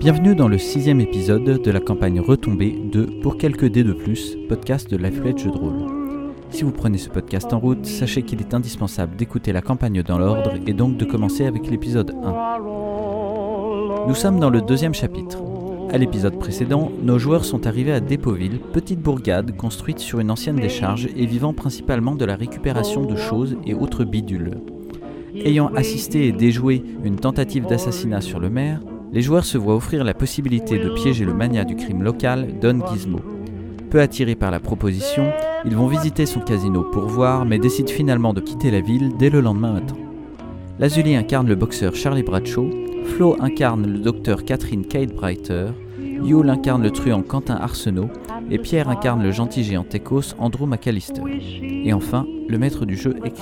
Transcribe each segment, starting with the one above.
Bienvenue dans le sixième épisode de la campagne retombée de Pour quelques dés de plus, podcast de Lifelet Jeux de rôle. Si vous prenez ce podcast en route, sachez qu'il est indispensable d'écouter la campagne dans l'ordre et donc de commencer avec l'épisode 1. Nous sommes dans le deuxième chapitre. À l'épisode précédent, nos joueurs sont arrivés à Dépoville, petite bourgade construite sur une ancienne décharge et vivant principalement de la récupération de choses et autres bidules. Ayant assisté et déjoué une tentative d'assassinat sur le maire, les joueurs se voient offrir la possibilité de piéger le mania du crime local, Don Gizmo. Peu attirés par la proposition, ils vont visiter son casino pour voir, mais décident finalement de quitter la ville dès le lendemain matin. Lazuli incarne le boxeur Charlie Bradshaw, Flo incarne le docteur Catherine Kate Breiter, Yule incarne le truand Quentin Arsenault, et Pierre incarne le gentil géant Tekos Andrew McAllister. Et enfin, le maître du jeu est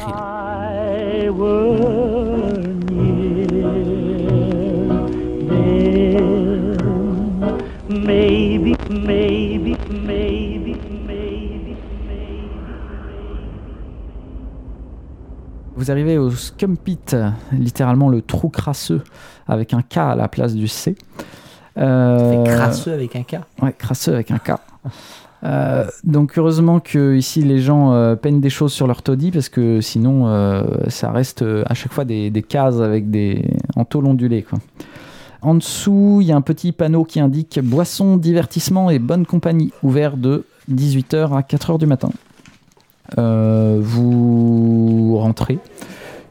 Maybe, maybe, maybe, maybe. Vous arrivez au Scum Pit, littéralement le trou crasseux, avec un K à la place du C. Euh, Fait crasseux avec un K. Ouais, crasseux avec un K. Euh, donc heureusement que ici les gens euh, peignent des choses sur leur taudis parce que sinon euh, ça reste euh, à chaque fois des, des cases avec des en tôle ondulée quoi. En dessous, il y a un petit panneau qui indique boisson, divertissement et bonne compagnie ouvert de 18h à 4h du matin. Euh, vous rentrez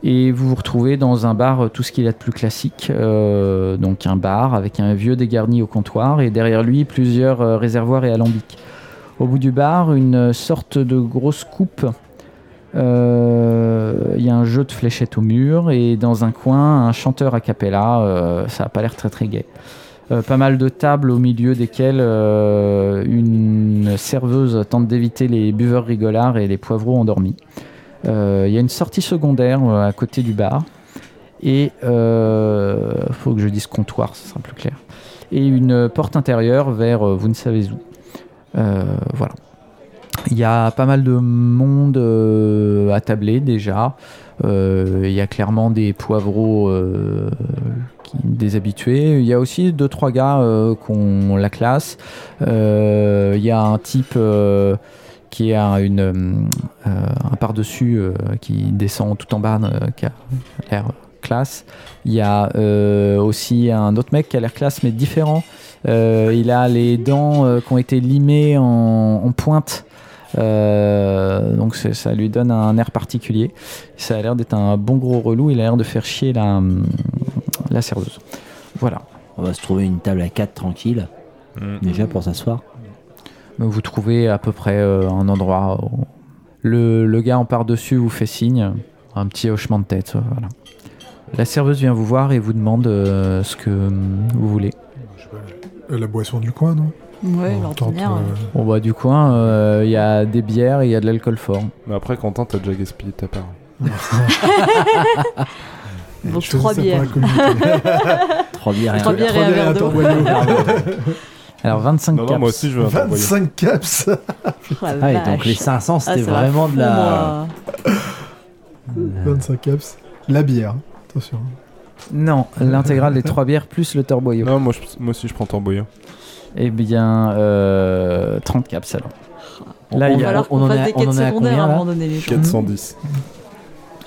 et vous vous retrouvez dans un bar euh, tout ce qu'il y a de plus classique. euh, donc un bar avec un vieux dégarni au comptoir et derrière lui plusieurs euh, réservoirs et alambics. Au bout du bar, une euh, sorte de grosse coupe. Euh, Il y a un jeu de fléchettes au mur et dans un coin, un chanteur a cappella. euh, ça n'a pas l'air très très gai. Euh, pas mal de tables au milieu desquelles euh, une serveuse tente d'éviter les buveurs rigolards et les poivrons endormis. Euh, Il y a une sortie secondaire euh, à côté du bar. Et euh, faut que je dise comptoir, ce sera plus clair. Et une euh, porte intérieure vers euh, vous ne savez où. Euh, voilà. Il y a pas mal de monde euh, attablé déjà. Euh, Il y a clairement des poivreaux euh, qui- déshabitués. Il y a aussi deux trois gars euh, qui ont la classe. Euh, Il y a un type euh, qui a une, euh, un par-dessus euh, qui descend tout en bas, euh, qui a l'air classe. Il y a euh, aussi un autre mec qui a l'air classe mais différent. Euh, il a les dents euh, qui ont été limées en, en pointe. Euh, donc c'est- ça lui donne un air particulier. Ça a l'air d'être un bon gros relou. Il a l'air de faire chier la, la serveuse. Voilà. On va se trouver une table à 4 tranquille, déjà pour s'asseoir. Donc, Vous trouvez à peu près euh, un endroit. où- Le, le gars en par-dessus vous fait signe. Un petit hochement de tête. euh, Voilà. La serveuse vient vous voir et vous demande euh, ce que hum, vous voulez. Euh, La boisson du coin, non Ouais, On l'ordinaire. tente, euh, Bon bah du coin, euh, il y a des bières et il y a de l'alcool fort. Mais après, Quentin, t'as déjà gaspillé ta part. et Donc, je faisais trois ça pour bières. la communauté. 3 bières et Trois un bières et Trois un bières, verre d'eau. attends, boyau. Ah, Alors 25 Non, non, caps. moi aussi, je veux un tamboyer. 25 caps Oh la Ah, et donc vache. les 500, c'était Ah, ça va vraiment de la. Ah, Pour moi. 25 caps. La bière, attention. Non, l'intégrale des trois bières plus le torboyau. Non, moi, je- moi aussi, je prends tamboyer. Eh bien, euh, 30 caps alors. Là, il on, Il y a- va falloir on qu'on en fasse est, des on quêtes en est à secondaires à combien un moment là donné, les gens. 410.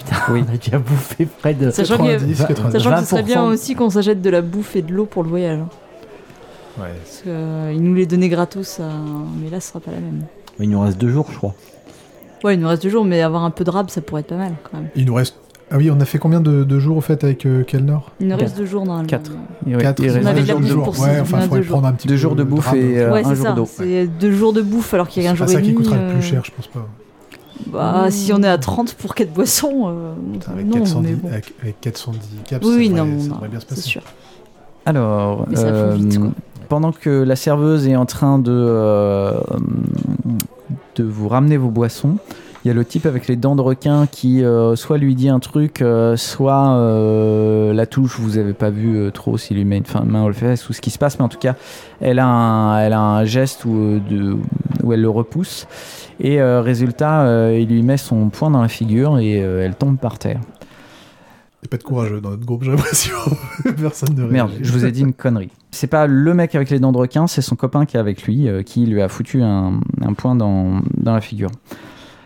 On a déjà bouffé près de. Sachant que, 90, 90. sachant que ce serait bien 20%. aussi qu'on s'achète de la bouffe et de l'eau pour le voyage. hein. Ouais. Parce qu'ils nous les donnaient gratos, euh, mais là ce sera pas la même. Il nous reste 2 jours, je crois. Ouais, il nous reste deux jours, mais avoir un peu de rab, ça pourrait être pas mal quand même. Il nous reste. Ah oui, on a fait combien de, de jours au fait avec euh, Kellnor Il nous reste Quatre. deux jours normalement. Quatre. Quatre, il il reste reste avait deux de la jours bouffe de jour. pour Ouais, six, enfin, on a faudrait deux prendre un petit deux peu jours de bouffe drame. et euh, Ouais, un c'est jour ça. d'eau. C'est deux jours de bouffe alors qu'il y a un C'est jour pas et ça demi. qui coûtera le euh, plus cher, je pense pas. Bah, Mmh. si on est à 30 pour quatre boissons, euh, Avec, non, 410, mais bon. avec, avec 410 caps, Oui, oui, ça, non, devrait, mais ça on a- devrait bien se c'est passer. sûr. Alors, euh, Mais ça fond vite, quoi. pendant que la serveuse est en train de, euh, de vous ramener vos boissons, il y a le type avec les dents de requin qui euh, soit lui dit un truc, euh, soit euh, la touche, vous avez pas vu euh, trop s'il lui met une fin- main aux fesses ou ce qui se passe, mais en tout cas, elle a un, elle a un geste où, euh, de- où elle le repousse. Et euh, résultat, euh, il lui met son poing dans la figure et euh, elle tombe par terre. Et pas de courageux dans notre groupe, j'ai l'impression. Personne ne Merde, réagit. je vous ai dit une connerie. C'est pas le mec avec les dents de requin, c'est son copain qui est avec lui, euh, qui lui a foutu un, un point dans, dans la figure.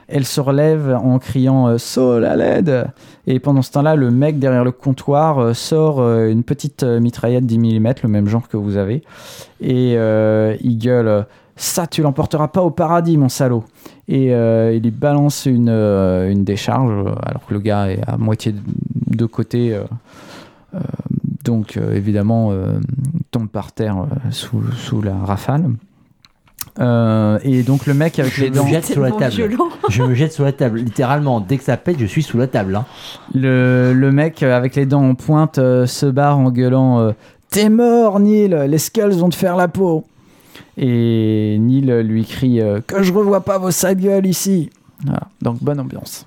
Elle se relève en criant euh, Saul à l'aide Et pendant ce temps-là, le mec derrière le comptoir euh, sort euh, une petite euh, mitraillette 10 mm, le même genre que vous avez, et euh, il gueule euh, Ça, tu l'emporteras pas au paradis, mon salaud Et euh, il lui balance une, euh, une décharge, euh, alors que le gars est à moitié de, de côté. euh, donc euh, évidemment euh, tombe par terre euh, sous, sous la rafale. Euh, et donc le mec avec les Je dents, me jette sur la tellement table. violent. Je me jette sur la table. Littéralement, dès que ça pète, je suis sous la table. hein. le, le mec euh, avec les dents en pointe euh, se barre en gueulant euh, T'es mort Neil, les skulls vont te faire la peau Et Neil lui crie euh, Que je revois pas vos sales gueules ici Voilà, donc bonne ambiance.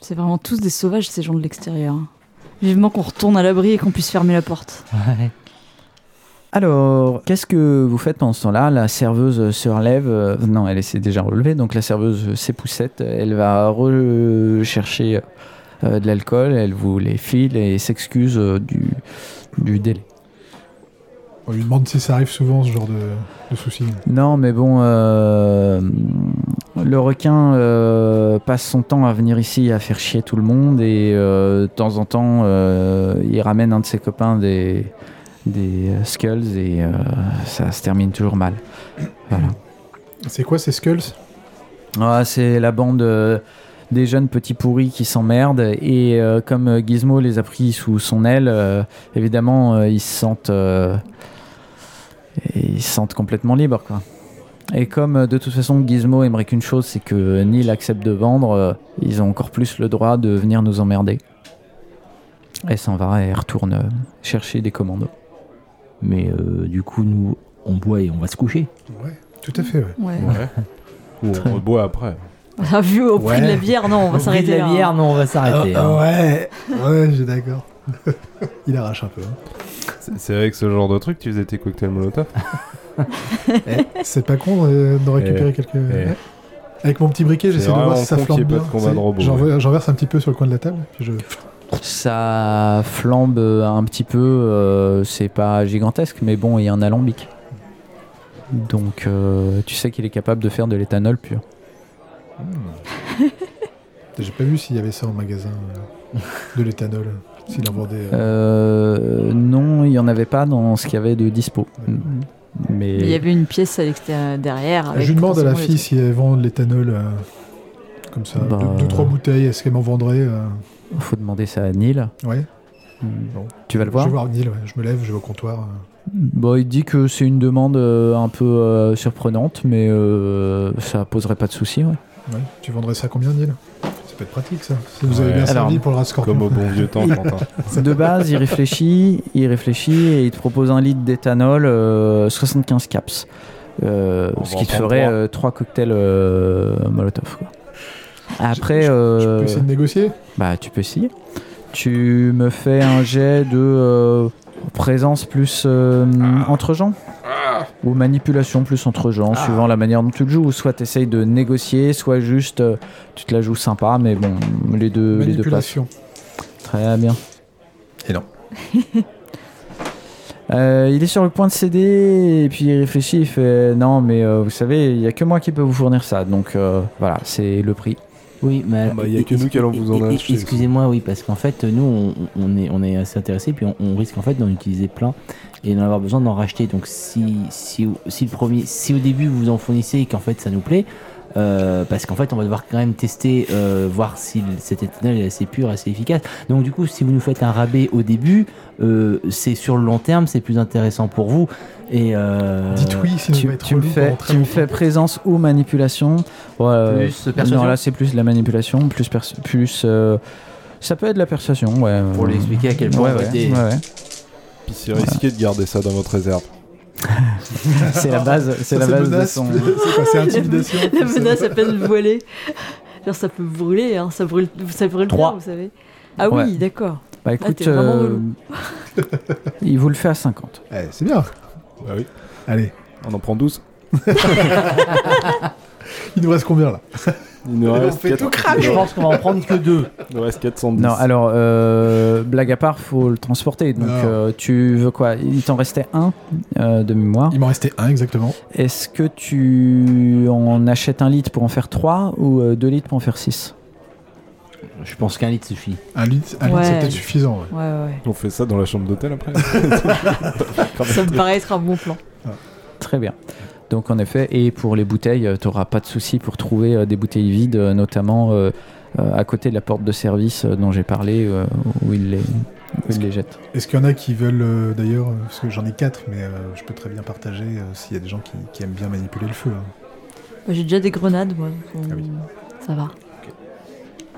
C'est vraiment tous des sauvages, ces gens de l'extérieur. Vivement qu'on retourne à l'abri et qu'on puisse fermer la porte. Ouais. Alors, qu'est-ce que vous faites pendant ce temps-là La serveuse se relève. euh, non, elle s'est déjà relevée, donc la serveuse s'époussette. Elle va rechercher euh, de l'alcool, elle vous les file et s'excuse euh, du, du délai. On lui demande si ça arrive souvent, ce genre de, de soucis. Non, mais bon, euh, le requin euh, passe son temps à venir ici à faire chier tout le monde et euh, de temps en temps, euh, il ramène un de ses copains des, des euh, skulls et euh, ça se termine toujours mal. C'est quoi ces skulls Ah, c'est la bande euh, des jeunes petits pourris qui s'emmerdent et euh, comme euh, Gizmo les a pris sous son aile, euh, évidemment euh, ils se sentent euh, ils se sentent complètement libres quoi. Et comme euh, de toute façon Gizmo aimerait qu'une chose, c'est que Neil accepte de vendre, euh, ils ont encore plus le droit de venir nous emmerder. Elle s'en va et elle retourne euh, chercher des commandos. Mais euh, du coup, nous, on boit et on va se coucher. Ouais, tout à fait, ouais. Ouais. Ouais. Ou on reboit après. Ah, vu au prix Ouais. de la bière, non, on va Au prix de s'arrêter la là. hein. bière, non, on va Ah, Euh, s'arrêter. hein. Ah, ouais, ouais, j'ai d'accord. Il arrache un peu. hein. C'est c'est vrai que ce genre de truc, tu faisais tes cocktails molotov. C'est pas con euh, d'en récupérer quelques. Ouais. Avec mon petit briquet, Eh. C'est j'essaie de voir vraiment si ça con qu'il y flambe ait pas bien. de combat de C'est- robots, J'en ouais. ver- j'en verse un petit peu sur le coin de la table. Puis je... Ça flambe un petit peu, euh, c'est pas gigantesque, mais bon, il y a un alambic. Donc euh, tu sais qu'il est capable de faire de l'éthanol pur. J'ai pas vu s'il y avait ça en magasin, euh, de l'éthanol. S'il en vendait. euh, Euh, non, il n'y en avait pas dans ce qu'il y avait de dispo. Mm. D'accord. Mais Il y avait une pièce à l'extérieur derrière. avec je lui demande à la potentiellement fille les si elle vend de l'éthanol. euh, Comme ça, Bah, deux, deux, euh. trois bouteilles, est-ce qu'elle m'en vendrait euh, faut demander ça à Neil. Ouais. Tu vas le Je voir vais voir Neil, ouais. je me lève, je vais au comptoir. euh. Bon, il dit que c'est une demande euh, un peu euh, surprenante, mais euh, ça poserait pas de soucis. ouais. Ouais, tu vendrais ça combien, Neil Ça peut être pratique, ça. Ça nous Ouais. avait bien Alors, servi pour le Rascorpion. Comme au bon vieux temps, Quentin. De base, il réfléchit, il réfléchit et il te propose un litre d'éthanol, euh, 75 caps. Euh, On ce va qui en te prendre ferait 3 trois. cocktails euh, Molotov. quoi. Après, Je euh, peux essayer de négocier bah, tu peux essayer. Tu me fais un jet de euh, présence plus euh, Ah. entre gens ou manipulation plus entre gens, suivant la manière dont tu le joues. Soit tu essayes de négocier, soit juste euh, tu te la joues sympa, mais bon, les deux, les deux passent. Manipulation. Très bien. Et non. Euh, il est sur le point de céder et puis il réfléchit, il fait non mais euh, vous savez il n'y a que moi qui peux vous fournir ça donc euh, voilà c'est le prix. Oui, mais alors- bah, y a que nous qui allons vous en et- et- acheter. Excusez-moi, oui, parce qu'en fait, nous, on, on est, on est assez intéressés, puis on, on risque en fait d'en utiliser plein et d'en avoir besoin d'en racheter. Donc, si, si, si le premier, si au début vous en fournissez et qu'en fait ça nous plaît, euh, parce qu'en fait, on va devoir quand même tester, euh, voir si le- cet éthanol est assez pur, assez efficace. Donc, du coup, si vous nous faites un rabais au début, euh, c'est sur le long terme, c'est plus intéressant pour vous. Et euh, Dites oui, sinon on tu va être tu me relou fais pendant très tu me longtemps. fais présence ou manipulation. Ouais, euh, Plus persuasion. Non là c'est plus de la manipulation plus persu- plus euh, ça peut être de la persuasion ouais. Pour lui expliquer à quel point Ouais, on va ouais, aider. ouais, ouais. Puis c'est risqué de garder ça dans votre réserve. c'est la base c'est la Ça, base de menace. son. Bah, c'est quoi, c'est intimidation autres. La menace à peine voilée. Genre, ça peut brûler, hein, ça brûle, ça brûle Trois. bien, vous savez. Ah oui, Ouais. d'accord. Bah écoute t'es vraiment euh, il vous le fait à 50. Eh, C'est bien. Bah oui. Allez, On en prend 12. il nous reste combien là Il nous Et on reste fait tout quatre- cramer. Je pense qu'on va en prendre que deux. Il nous reste 410. Non, alors, euh, blague à part, faut le transporter. Donc, Non. euh, tu veux quoi Il t'en restait un euh, de mémoire. Il m'en restait un exactement. Est-ce que tu en achètes un litre pour en faire 3 ou 2 litres pour en faire 6 Je pense qu'un litre suffit. Un litre, un litre, Ouais. c'est peut-être suffisant. ouais. Ouais, ouais. On fait ça dans la chambre d'hôtel après Ça me paraît être un bon plan. Très bien. Donc, en effet, et pour les bouteilles, tu n'auras pas de souci pour trouver euh, des bouteilles vides, euh, notamment euh, euh, à côté de la porte de service euh, dont j'ai parlé, euh, où ils les, où ils les jettent. Est-ce qu'il y en a qui veulent euh, d'ailleurs, euh, parce que j'en ai quatre, mais euh, je peux très bien partager euh, s'il y a des gens qui, qui aiment bien manipuler le feu. hein. Bah, J'ai déjà des grenades, moi. donc, euh, Ah oui. Ça va.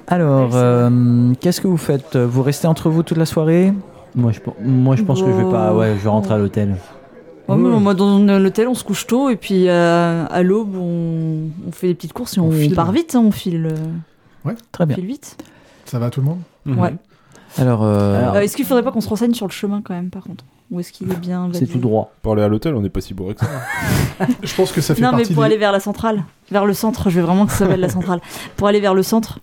Alors, Ouais, c'est vrai. euh, qu'est-ce que vous faites Vous restez entre vous toute la soirée Moi, je, pe- moi, je pense que je vais pas. Bon. Ouais, je vais rentrer à l'hôtel. Ouais, mais moi, dans euh, l'hôtel, on se couche tôt et puis euh, à l'aube, on, on fait des petites courses et On on, file. part vite. hein, on file, euh, Très on bien. file vite. Ça va tout le monde Ouais. Alors, euh, Ah Alors, Euh, est-ce qu'il faudrait pas qu'on se renseigne sur le chemin quand même, par contre Ou est-ce qu'il est bien C'est validé tout droit. Pour aller à l'hôtel, on n'est pas si bourré que ça. Je pense que ça fait Non, mais partie pour des- aller vers la centrale, vers le centre, je veux vraiment que ça s'appelle la centrale. Pour aller vers le centre,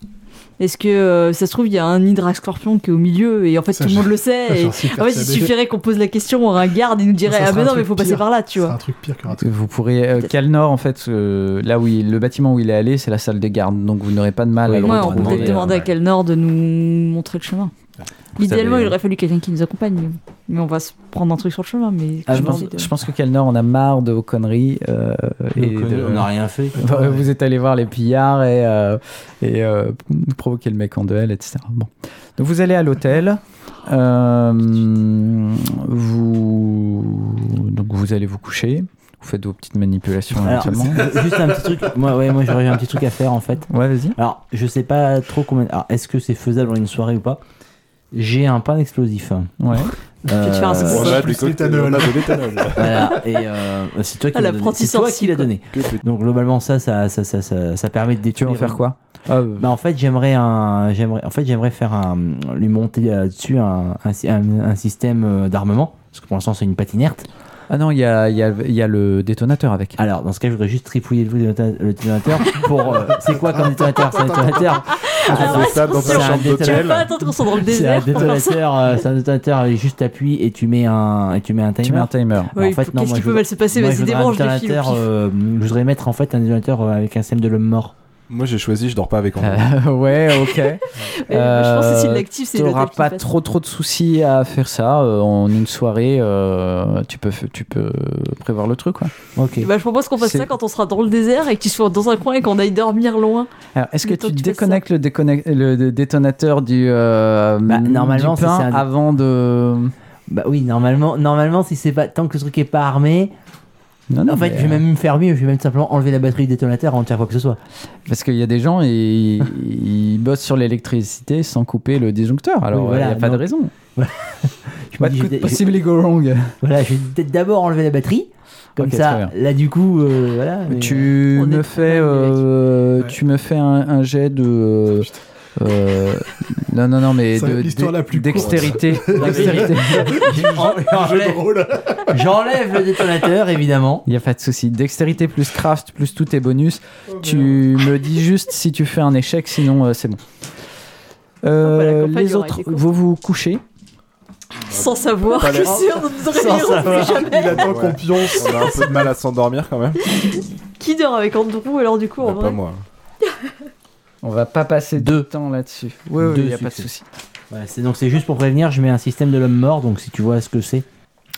est-ce que euh, ça se trouve, il y a un hydra scorpion qui est au milieu et en fait, Ah, Ça, tout le je- monde le sait. et- J'en suis En fait, il persuadé. suffirait qu'on pose la question, on aurait un garde, il nous dirait Ça Ah, sera mais un non, truc mais il faut passer pire. par là, tu C'est vois. un truc pire qu'un truc. Vous pourrez. euh, Peut-être. Calnor, en fait, euh, là où il- le bâtiment où il est allé, c'est la salle des gardes, donc vous n'aurez pas de mal Oui, à le Ouais, on Ah, on retrouver. peut demander, peut-être demander euh, à quel nord de nous montrer le chemin. Idéalement, savez- il aurait fallu quelqu'un qui nous accompagne. mais- Mais on va se prendre un truc sur le chemin. Mais Ah, je, j'ai pense, envie de- je pense que Calnor en a marre de vos conneries. euh, et Donc, de- euh, On n'a rien fait. Enfin, Vous êtes allé voir les pillards et, euh, et euh, provoquer le mec en duel, etc. Bon. Donc vous allez à l'hôtel. euh, vous... Donc vous allez vous coucher. Vous faites vos petites manipulations Alors, éventuellement. euh, juste un petit truc. Moi, ouais, moi, j'aurais un petit truc à faire en fait. Ouais, vas-y. Alors, je sais pas trop combien. Alors, est-ce que c'est faisable en une soirée ou pas J'ai un pain explosif. Ouais. Euh, te faire un On saucisson. a plus des cocktails, l'éthanol. on a de l'éthanol. Voilà, et euh, c'est toi qui Ah, l'as donné. l'apprenti C'est toi qui sorcier, l'as quoi. donné. Donc globalement ça ça ça ça ça, ça permet de Tu détruire. vas en faire quoi Bah en fait j'aimerais un j'aimerais en fait j'aimerais faire un lui monter euh, dessus un un, sy- un- un système euh, d'armement parce que pour l'instant c'est une patinerte. Ah non, il y a, il y a- il y a le détonateur avec. Alors dans ce cas je voudrais juste tripouiller le détona- le détonateur pour euh, c'est quoi comme détonateur c'est un détonateur Ah On fait ça dans c'est ta un chambre Tu vas d'hôtel. pas attendre qu'on soit dans le c'est un désert. pour faire ça. détonateur euh, c'est un détonateur avec juste appui et tu mets un et tu mets un timer. Tu mets un timer. Alors, Oui, en fait, faut- non, moi, Qu'est-ce qui je peut voudrais- mal se passer Moi, je Vas-y, voudrais un débranche des fils. détonateur, euh, je voudrais mettre en fait un détonateur euh, avec un système de l'homme mort. Moi, j'ai choisi, je dors pas avec André. Euh, ouais, ok. Je pense que s'il Euh, l'active, c'est Tu le n'auras détective pas passe. trop trop de soucis à faire ça euh, en une soirée. euh, tu peux f- tu peux euh, prévoir le truc. Quoi. Ok. Bah, je propose qu'on fasse C'est- ça quand on sera dans le désert et qu'il soit dans un coin et qu'on aille dormir loin. Alors, est-ce que Le temps tu que tu fasses déconnectes le, déconnect- le dé- détonateur du, euh, Bah, normalement, du ça, pain c'est un- avant de Bah oui, normalement, normalement, si c'est pas tant que le truc est pas armé, non, en fait, mais, euh, je vais même me faire mieux, je vais même simplement enlever la batterie du détonateur en faire quoi que ce soit. parce qu'il y a des gens ils, ils bossent sur l'électricité sans couper le disjoncteur. Alors Oui, il voilà, n'y a pas non. de raison. Je me What dis, je could vais- je- possibly go wrong voilà, je vais peut-être d'abord enlever la batterie, comme Ok, très ça, bien. là du coup, euh, voilà. mais- Tu On me est- fais, on est euh, Ouais. tu me fais un, un jet de. euh, non, non, non, mais Ça, de, l'histoire de- la plus dextérité. Dextérité. euh, J'enlève j'enlève le détonateur, évidemment. Il n'y a pas de souci. Dextérité plus craft plus tous tes bonus. tu me dis juste si tu fais un échec, sinon euh, c'est bon. Euh, Ah bah, la campagne les aura autres, été courte. vous vous couchez. Sans savoir Pas que l'air. sur notre Sans réunion, savoir. Il attend qu'on pionce. On a un peu de mal à s'endormir quand même. qui dort avec Andrew alors du coup, en Bah, pas vrai moi. On va pas passer de temps là-dessus. Oui, Deux il n'y a pas de succès. souci. Voilà, c'est- donc c'est juste pour prévenir, je mets un système de l'homme mort, donc si tu vois ce que c'est.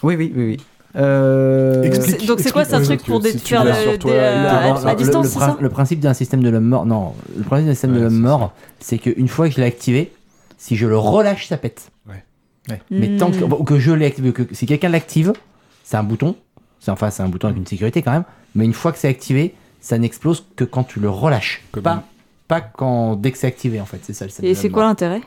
Oui, oui, oui, oui. Euh, Explique. C'est- Donc c'est quoi, c'est un Explique-moi, truc pour si dé- tu faire l'as le- sur toi, des, il te euh, rend- Alors, à le- distance, le, c'est prin- ça le principe d'un système de l'homme mort, non, le principe d'un système Ouais, de l'homme c'est mort, c'est qu'une fois que je l'ai activé, si je le relâche, ça pète. Ouais. Ouais. Mais Hmm. tant que, bon, que je l'ai activé, que, si quelqu'un l'active, c'est un bouton, c'est enfin c'est un bouton avec une sécurité quand même, mais une fois que c'est activé, ça n'explose que quand tu le relâches, Comme pas, pas quand dès que c'est activé en fait, c'est ça le système Et de c'est l'homme quoi mort. l'intérêt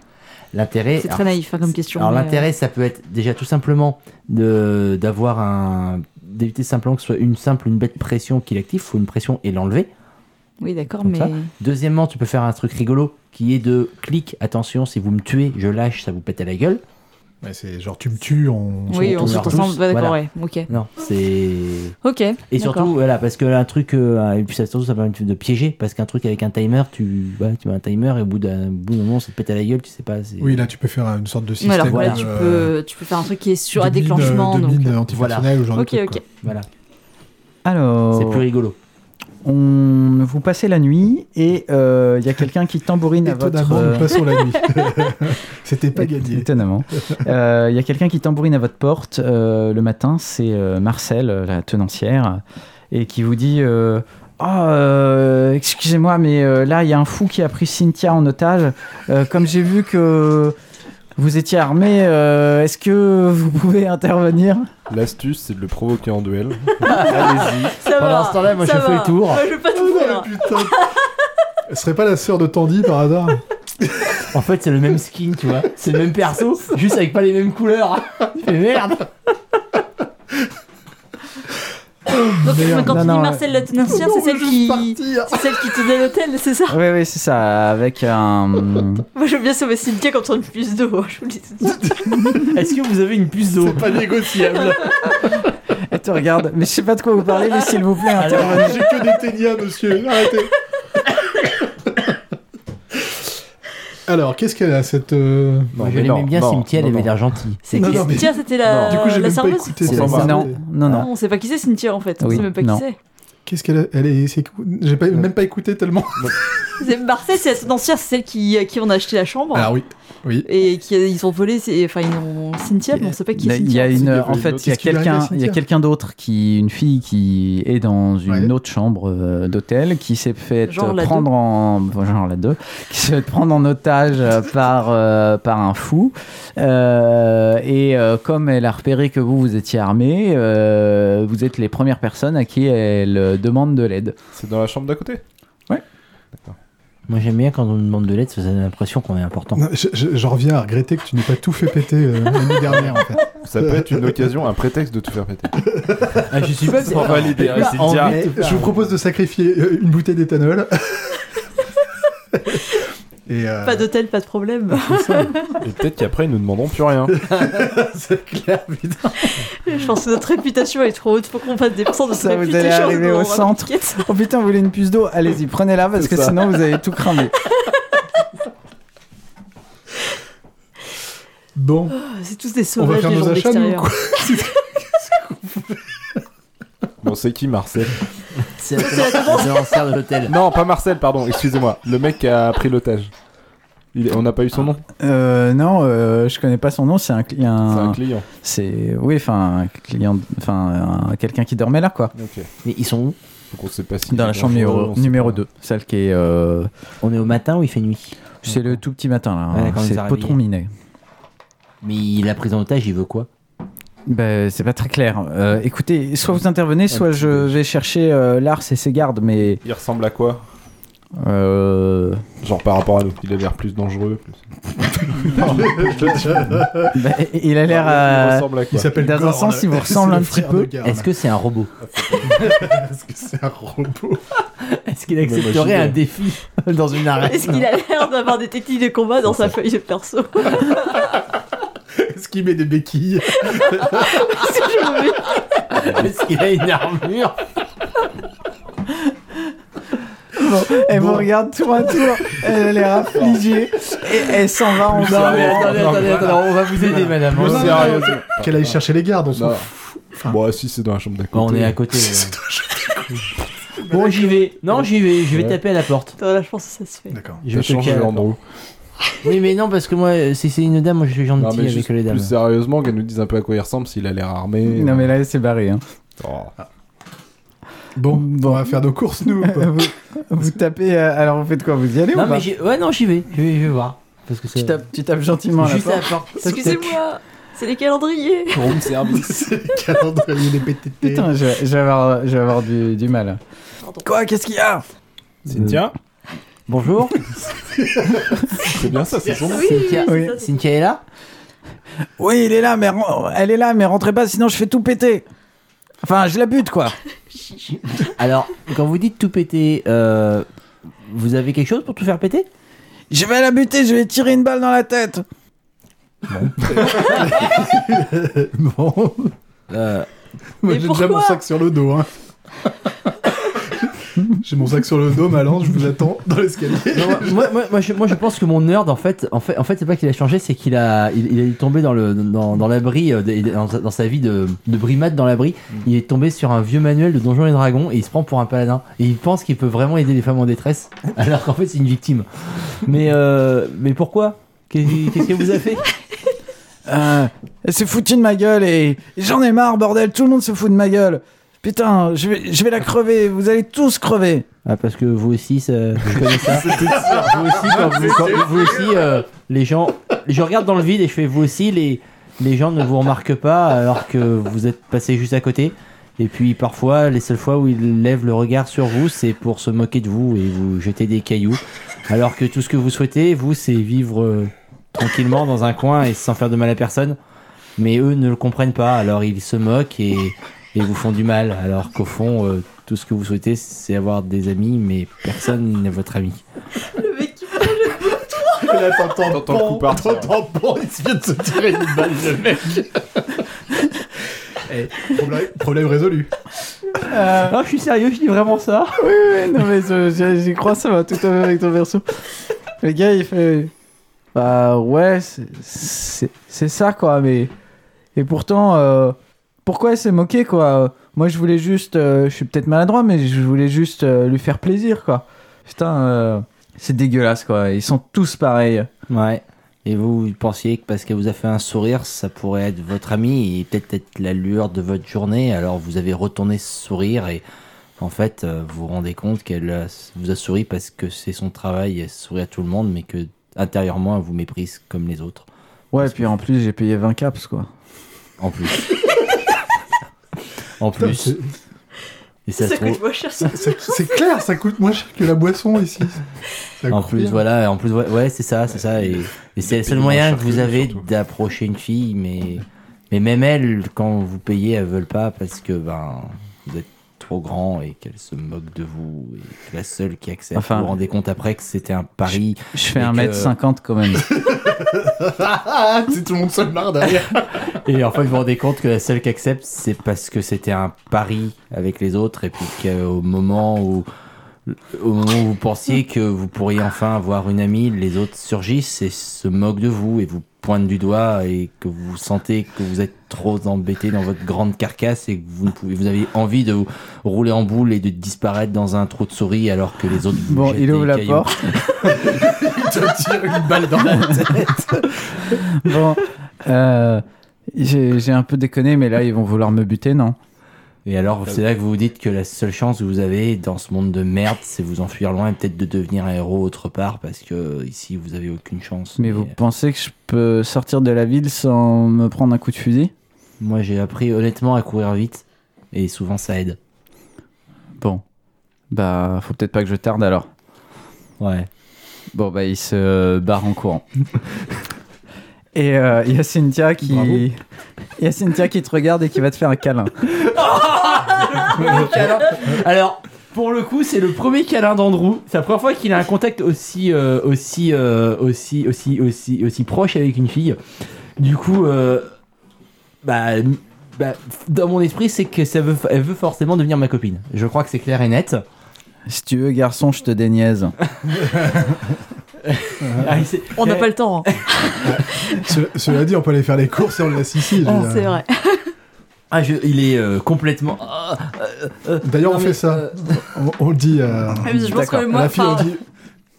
l'intérêt C'est alors, très naïf hein, comme question. alors mais, euh, l'intérêt, ça peut être déjà tout simplement de d'avoir un d'éviter simplement que ce soit une simple une bête pression qui l'active, faut une pression et l'enlever. Oui, d'accord, Comme mais. ça. Deuxièmement, tu peux faire un truc rigolo qui est de clic, attention, si vous me tuez, je lâche, ça vous pète à la gueule. Ouais, c'est genre tu me tues, on Oui, on retrouve se tous. ressemble. ouais, D'accord, Voilà. ouais. Ok. Non, c'est. Ok. Et d'accord. surtout, voilà, parce que un truc, euh, et puis ça, surtout, ça permet de piéger, parce qu'un truc avec un timer, tu, ouais, tu mets un timer et au bout d'un bout d'un moment, ça te pète à la gueule, tu sais pas. c'est- Oui, là, tu peux faire une sorte de Ouais, système. alors voilà, de, tu euh, peux, tu peux faire un truc qui est sur de à mine, déclenchement. euh, de donc... mine antipersonnelle ou genre de Ok, truc, ok. Voilà, Alors, c'est plus rigolo. on, vous passez la nuit et euh, il y a quelqu'un qui tambourine quoi. à votre. Étonnamment, euh, nous passons la nuit. C'était pas gagné. Étonnamment. Euh, Il y a quelqu'un qui tambourine à votre porte euh, le matin, c'est euh, Marcel, euh, la tenancière, et qui vous dit euh, Ah, euh, excusez-moi, mais euh, là, il y a un fou qui a pris Cynthia en otage. Euh, comme j'ai vu que vous étiez armé, euh, est-ce que vous pouvez intervenir L'astuce, c'est de le provoquer en duel. Allez-y. Ça Pendant va. ce temps-là, moi, ça je fais va. le tour. Moi, je vais pas hein. tout Oh faire. non, putain. Elle serait pas la sœur de Tandy par hasard En fait, c'est le même skin, tu vois. C'est le même perso, juste avec pas les mêmes couleurs. Mais merde Donc, Merde. quand Non, tu non, dis Marcel la tenancière, c'est celle qui. C'est celle qui te donne l'hôtel, c'est ça Oui, oui, c'est ça, avec un. Moi, je veux bien sauver Cynthia comme sur une puce d'eau. Je vous le dis tout de suite. Est-ce que vous avez une puce d'eau Pas négociable. Elle te regarde, mais je sais pas de quoi vous parlez, mais s'il vous plaît, intervenez. J'ai que des ténias, monsieur. Arrêtez. Alors, qu'est-ce qu'elle a cette. euh, Non, Je mais l'aimais non, bien, non, Cynthia, elle non, avait non. l'air gentille. C'est Non, qui non, mais- Cynthia C'était la, Du coup, j'ai Euh, la même pas serveuse écouté. C'est cette la part. Non, non, Non, non. On sait pas qui c'est Cynthia en fait. On Oui, sait même pas non. qui c'est. Qu'est-ce qu'elle a Elle est. c'est- J'ai pas- même pas écouté tellement. C'est Marcel, c'est la tenancière, c'est celle qui, à qui on a acheté la chambre. Ah Alors, oui. Oui. Et qui, ils ont volé, c'est- enfin, ils ont Cynthia, mais on sait pas Ah, qui Il est y a Cynthia. C'est une, devenu en fait, il y a Qu'est-ce qui lui arrive quelqu'un, à il y a Cynthia quelqu'un d'autre qui, une fille qui est dans une Ouais. autre chambre euh, d'hôtel, qui s'est fait Genre la prendre en, bon, genre la deux, qui s'est fait prendre en otage euh, par euh, par un fou. Euh, et euh, comme elle a repéré que vous vous étiez armé, euh, vous êtes les premières personnes à qui elle euh, demande de l'aide. C'est dans la chambre d'à côté Moi, j'aime bien quand on me demande de l'aide, ça donne l'impression qu'on est important. Non, je- je- J'en reviens à regretter que tu n'aies pas tout fait péter euh, l'année dernière, en fait. Ça peut être une occasion, un prétexte de tout faire péter. Ah, je suis pas. On va libérer Ah, Cynthia. envie de- Je vous propose de sacrifier euh, une bouteille d'éthanol. Et euh, Pas d'hôtel, pas de problème. Et peut-être qu'après, ils nous demanderont plus rien. C'est clair, putain. Je pense que notre réputation est trop haute. Faut qu'on fasse des pourcents de Ça, cette vous allez réputation, arriver sinon au on va centre. pas quitter. Oh putain, vous voulez une puce d'eau Allez-y, prenez-la parce C'est que ça. sinon vous avez tout cramé. bon, Oh, C'est tous des on sauvages, va faire les gens nos de achats, nous, l'extérieur. quoi Bon, c'est qui Marcel C'est la tenancière de l'hôtel. Non, pas Marcel, pardon, excusez-moi. Le mec qui a pris l'otage. Il- On n'a pas eu son nom Euh, non, euh, je connais pas son nom. C'est un, cli- C'est Ah. un client. C'est oui, enfin un client, enfin un- quelqu'un qui dormait là quoi. Ok. Mais ils sont où Donc on sait pas si. Dans la chambre numéro, numéro 2, celle qui est euh, On est au matin ou il fait nuit c'est le tout petit matin là, Ouais, hein. quand ils c'est arrivent. Potron Minet. Mais il a pris en otage, il veut quoi Ben, c'est pas très clair. Euh, écoutez, soit vous intervenez, soit je vais chercher euh, Lars et ses gardes, mais Il ressemble à quoi euh, Genre par rapport à nous. Il a l'air plus dangereux. Plus... ben, il a l'air euh, Il à... ressemble à quoi Il s'appelle Dans un Gord, sens, il vous c'est ressemble le un petit frère peu. de Gord. Est-ce que c'est un robot Est-ce que c'est un robot Est-ce qu'il accepterait bah, un défi dans une arène Est-ce qu'il a l'air d'avoir des techniques de combat dans sa feuille de perso Est-ce qu'il met des béquilles Est-ce que je me mets- Est-ce qu'il a une armure Elle Bon. vous regarde tour à tour, elle a l'air affligée et elle s'en va en bas. Non mais attendez, attendez, attendez, on va vous aider madame. Plus On- sérieux. Sérieusement. Qu'elle aille chercher les gardes, on s'en Non. fout. Bon, si c'est dans la chambre d'à Bon, côté. on est à côté. C'est euh. Bon j'y vais. Non j'y vais, je vais taper à la porte. Attends, là, je pense que ça se fait. D'accord. Je T'as vais toquer changé à la porte. Andrew. Oui mais non parce que moi euh, si c'est une dame, moi je suis Non, gentil mais avec juste les dames. plus sérieusement, qu'elle nous dise un peu à quoi il ressemble, s'il a l'air armé. Non mais là elle s'est barrée. Hein. Oh. Bon, on va faire nos courses, nous. ou pas vous, vous tapez. euh, alors vous faites quoi Vous y allez Non ou pas mais j'y- ouais non j'y vais, je vais, je vais voir. Parce que tu c'est tapes, tu tapes gentiment à la juste à porte. la porte. Toc, toc. Excusez-moi, c'est les calendriers. Room service. C'est le calendrier des PTT. Putain, je, je vais avoir, je vais avoir du, du mal. Pardon. Quoi Qu'est-ce qu'il y a Cynthia, Bonjour. c'est bien ça, c'est son nom. Cynthia. oui. Ah c'est ça, c'est- Cynthia est là Oui, il est là, mais ren- elle est là, mais rentrez pas, sinon je fais tout péter. Enfin, je la bute quoi. Alors quand vous dites tout péter euh, vous avez quelque chose pour tout faire péter Je vais la buter, je vais tirer une balle dans la tête. non, Euh, moi Mais j'ai déjà mon pourquoi sac sur le dos. Hein. j'ai mon sac sur le dos, ma lance, je vous attends dans l'escalier. non, moi- moi, moi, moi, je, moi, je pense que mon nerd, en fait, en fait, en fait c'est pas qu'il a changé, c'est qu'il a, il, il est tombé dans le, dans, dans l'abri, euh, de- dans, sa- dans sa vie de, de brimade dans l'abri. Il est tombé sur un vieux manuel de Donjons et Dragons et il se prend pour un paladin. Et il pense qu'il peut vraiment aider les femmes en détresse, alors qu'en fait, c'est une victime. Mais, euh, mais pourquoi Qu'est- Qu'est-ce que vous a fait Euh, elle s'est foutue de ma gueule et, et j'en ai marre, bordel, tout le monde se fout de ma gueule. Putain, je vais, je vais la crever, vous allez tous crever. Ah, parce que vous aussi, ça, je connais ça. vous aussi, quand vous, quand- vous aussi euh, les gens. Je regarde dans le vide et je fais vous aussi, les, les gens ne vous remarquent pas alors que vous êtes passé juste à côté. Et puis parfois, les seules fois où ils lèvent le regard sur vous, c'est pour se moquer de vous et vous jeter des cailloux. Alors que tout ce que vous souhaitez, vous, c'est vivre euh, tranquillement dans un coin et sans faire de mal à personne. Mais eux ne le comprennent pas, alors ils se moquent et, et vous font du mal. Alors qu'au fond, euh, tout ce que vous souhaitez, c'est avoir des amis, mais personne n'est votre ami. Le mec qui Là, t'entends T'entends le pan, coup partir. Oh, T'entends pan, il vient de se tirer une balle, le mec. problème, problème résolu. Euh, Ah, je suis sérieux, je dis vraiment ça. Ouais, non mais euh, j'y- j'y crois, ça va tout à fait avec ton verso. Le gars, il fait... Bah ouais, c'est- c'est c'est ça quoi, mais... Et pourtant, euh, pourquoi elle s'est moquée quoi Moi je voulais juste... euh, je suis peut-être maladroit, mais je voulais juste euh, lui faire plaisir quoi. Putain, euh, c'est dégueulasse quoi, ils sont tous pareils. Ouais. Et vous, vous pensiez que parce qu'elle vous a fait un sourire, ça pourrait être votre ami et peut-être être la lueur de votre journée. Alors vous avez retourné ce sourire et en fait, euh, vous vous rendez compte qu'elle euh, vous a souri parce que c'est son travail, elle sourit à tout le monde, mais que intérieurement, elle vous méprise comme les autres. Ouais, puis en plus j'ai payé 20 caps quoi. En plus. en plus. Et ça se trouve- vois cher ça. C'est c'est clair, ça coûte moins cher que la boisson ici. C'est En plus, incroyable. voilà, en plus, ouais, ouais, c'est ça, c'est ça. Et, et c'est le seul payer moins moyen cher que que vous lui, avez surtout. d'approcher une fille, mais, mais même elles, quand vous payez, elles veulent pas parce que ben, vous êtes trop grand et qu'elles se moquent de vous. Et que la seule qui accepte, Enfin- vous vous rendez compte après que c'était un pari. Je fais Et que- 1m50 quand même. Ah, c'est tout le monde se marre derrière. Et en fait, vous vous rendez compte que la seule qui accepte, c'est parce que c'était un pari avec les autres et puis qu'au moment où. Au moment où vous pensiez que vous pourriez enfin avoir une amie, les autres surgissent et se moquent de vous et vous pointent du doigt et que vous sentez que vous êtes trop embêté dans votre grande carcasse et que vous, ne pouvez, vous avez envie de vous rouler en boule et de disparaître dans un trou de souris alors que les autres vous Bon, jettent il ouvre des la cailloux. porte. Bon, euh, j'ai j'ai un peu déconné, mais là, ils vont vouloir me buter, non Et alors, c'est là que vous vous dites que la seule chance que vous avez dans ce monde de merde, c'est vous enfuir loin et peut-être de devenir un héros autre part, parce que euh, ici, vous avez aucune chance. Mais Et, vous euh, pensez que je peux sortir de la ville sans me prendre un coup de fusil Moi, j'ai appris honnêtement à courir vite, et souvent ça aide. Bon, bah, faut peut-être pas que je tarde alors. Ouais. Bon, bah, il se barre en courant. Et euh, il y a Cynthia qui. Bravo. il y a Cynthia qui te regarde et qui va te faire un câlin. Alors, pour le coup, c'est le premier câlin d'Andrew. C'est la première fois qu'il a un contact aussi, euh, aussi, euh, aussi, aussi, aussi, aussi proche avec une fille. Du coup, euh, bah, m- bah, dans mon esprit, c'est que ça veut, elle veut forcément devenir ma copine. Je crois que c'est clair et net. Si tu veux, garçon, je te déniaise. Ah, il s'est- On n'a Eh, pas le temps. hein. Ce- Cela dit, on peut aller faire les courses et on le laisse ici. je veux dire. Oh, C'est vrai. ah, je- il est euh, complètement. Ah, euh, euh, D'ailleurs, non, on mais, fait ça. euh, On, on le dit à, Même si je pense D'accord. que à Euh, moi, la fille, on enfin, dit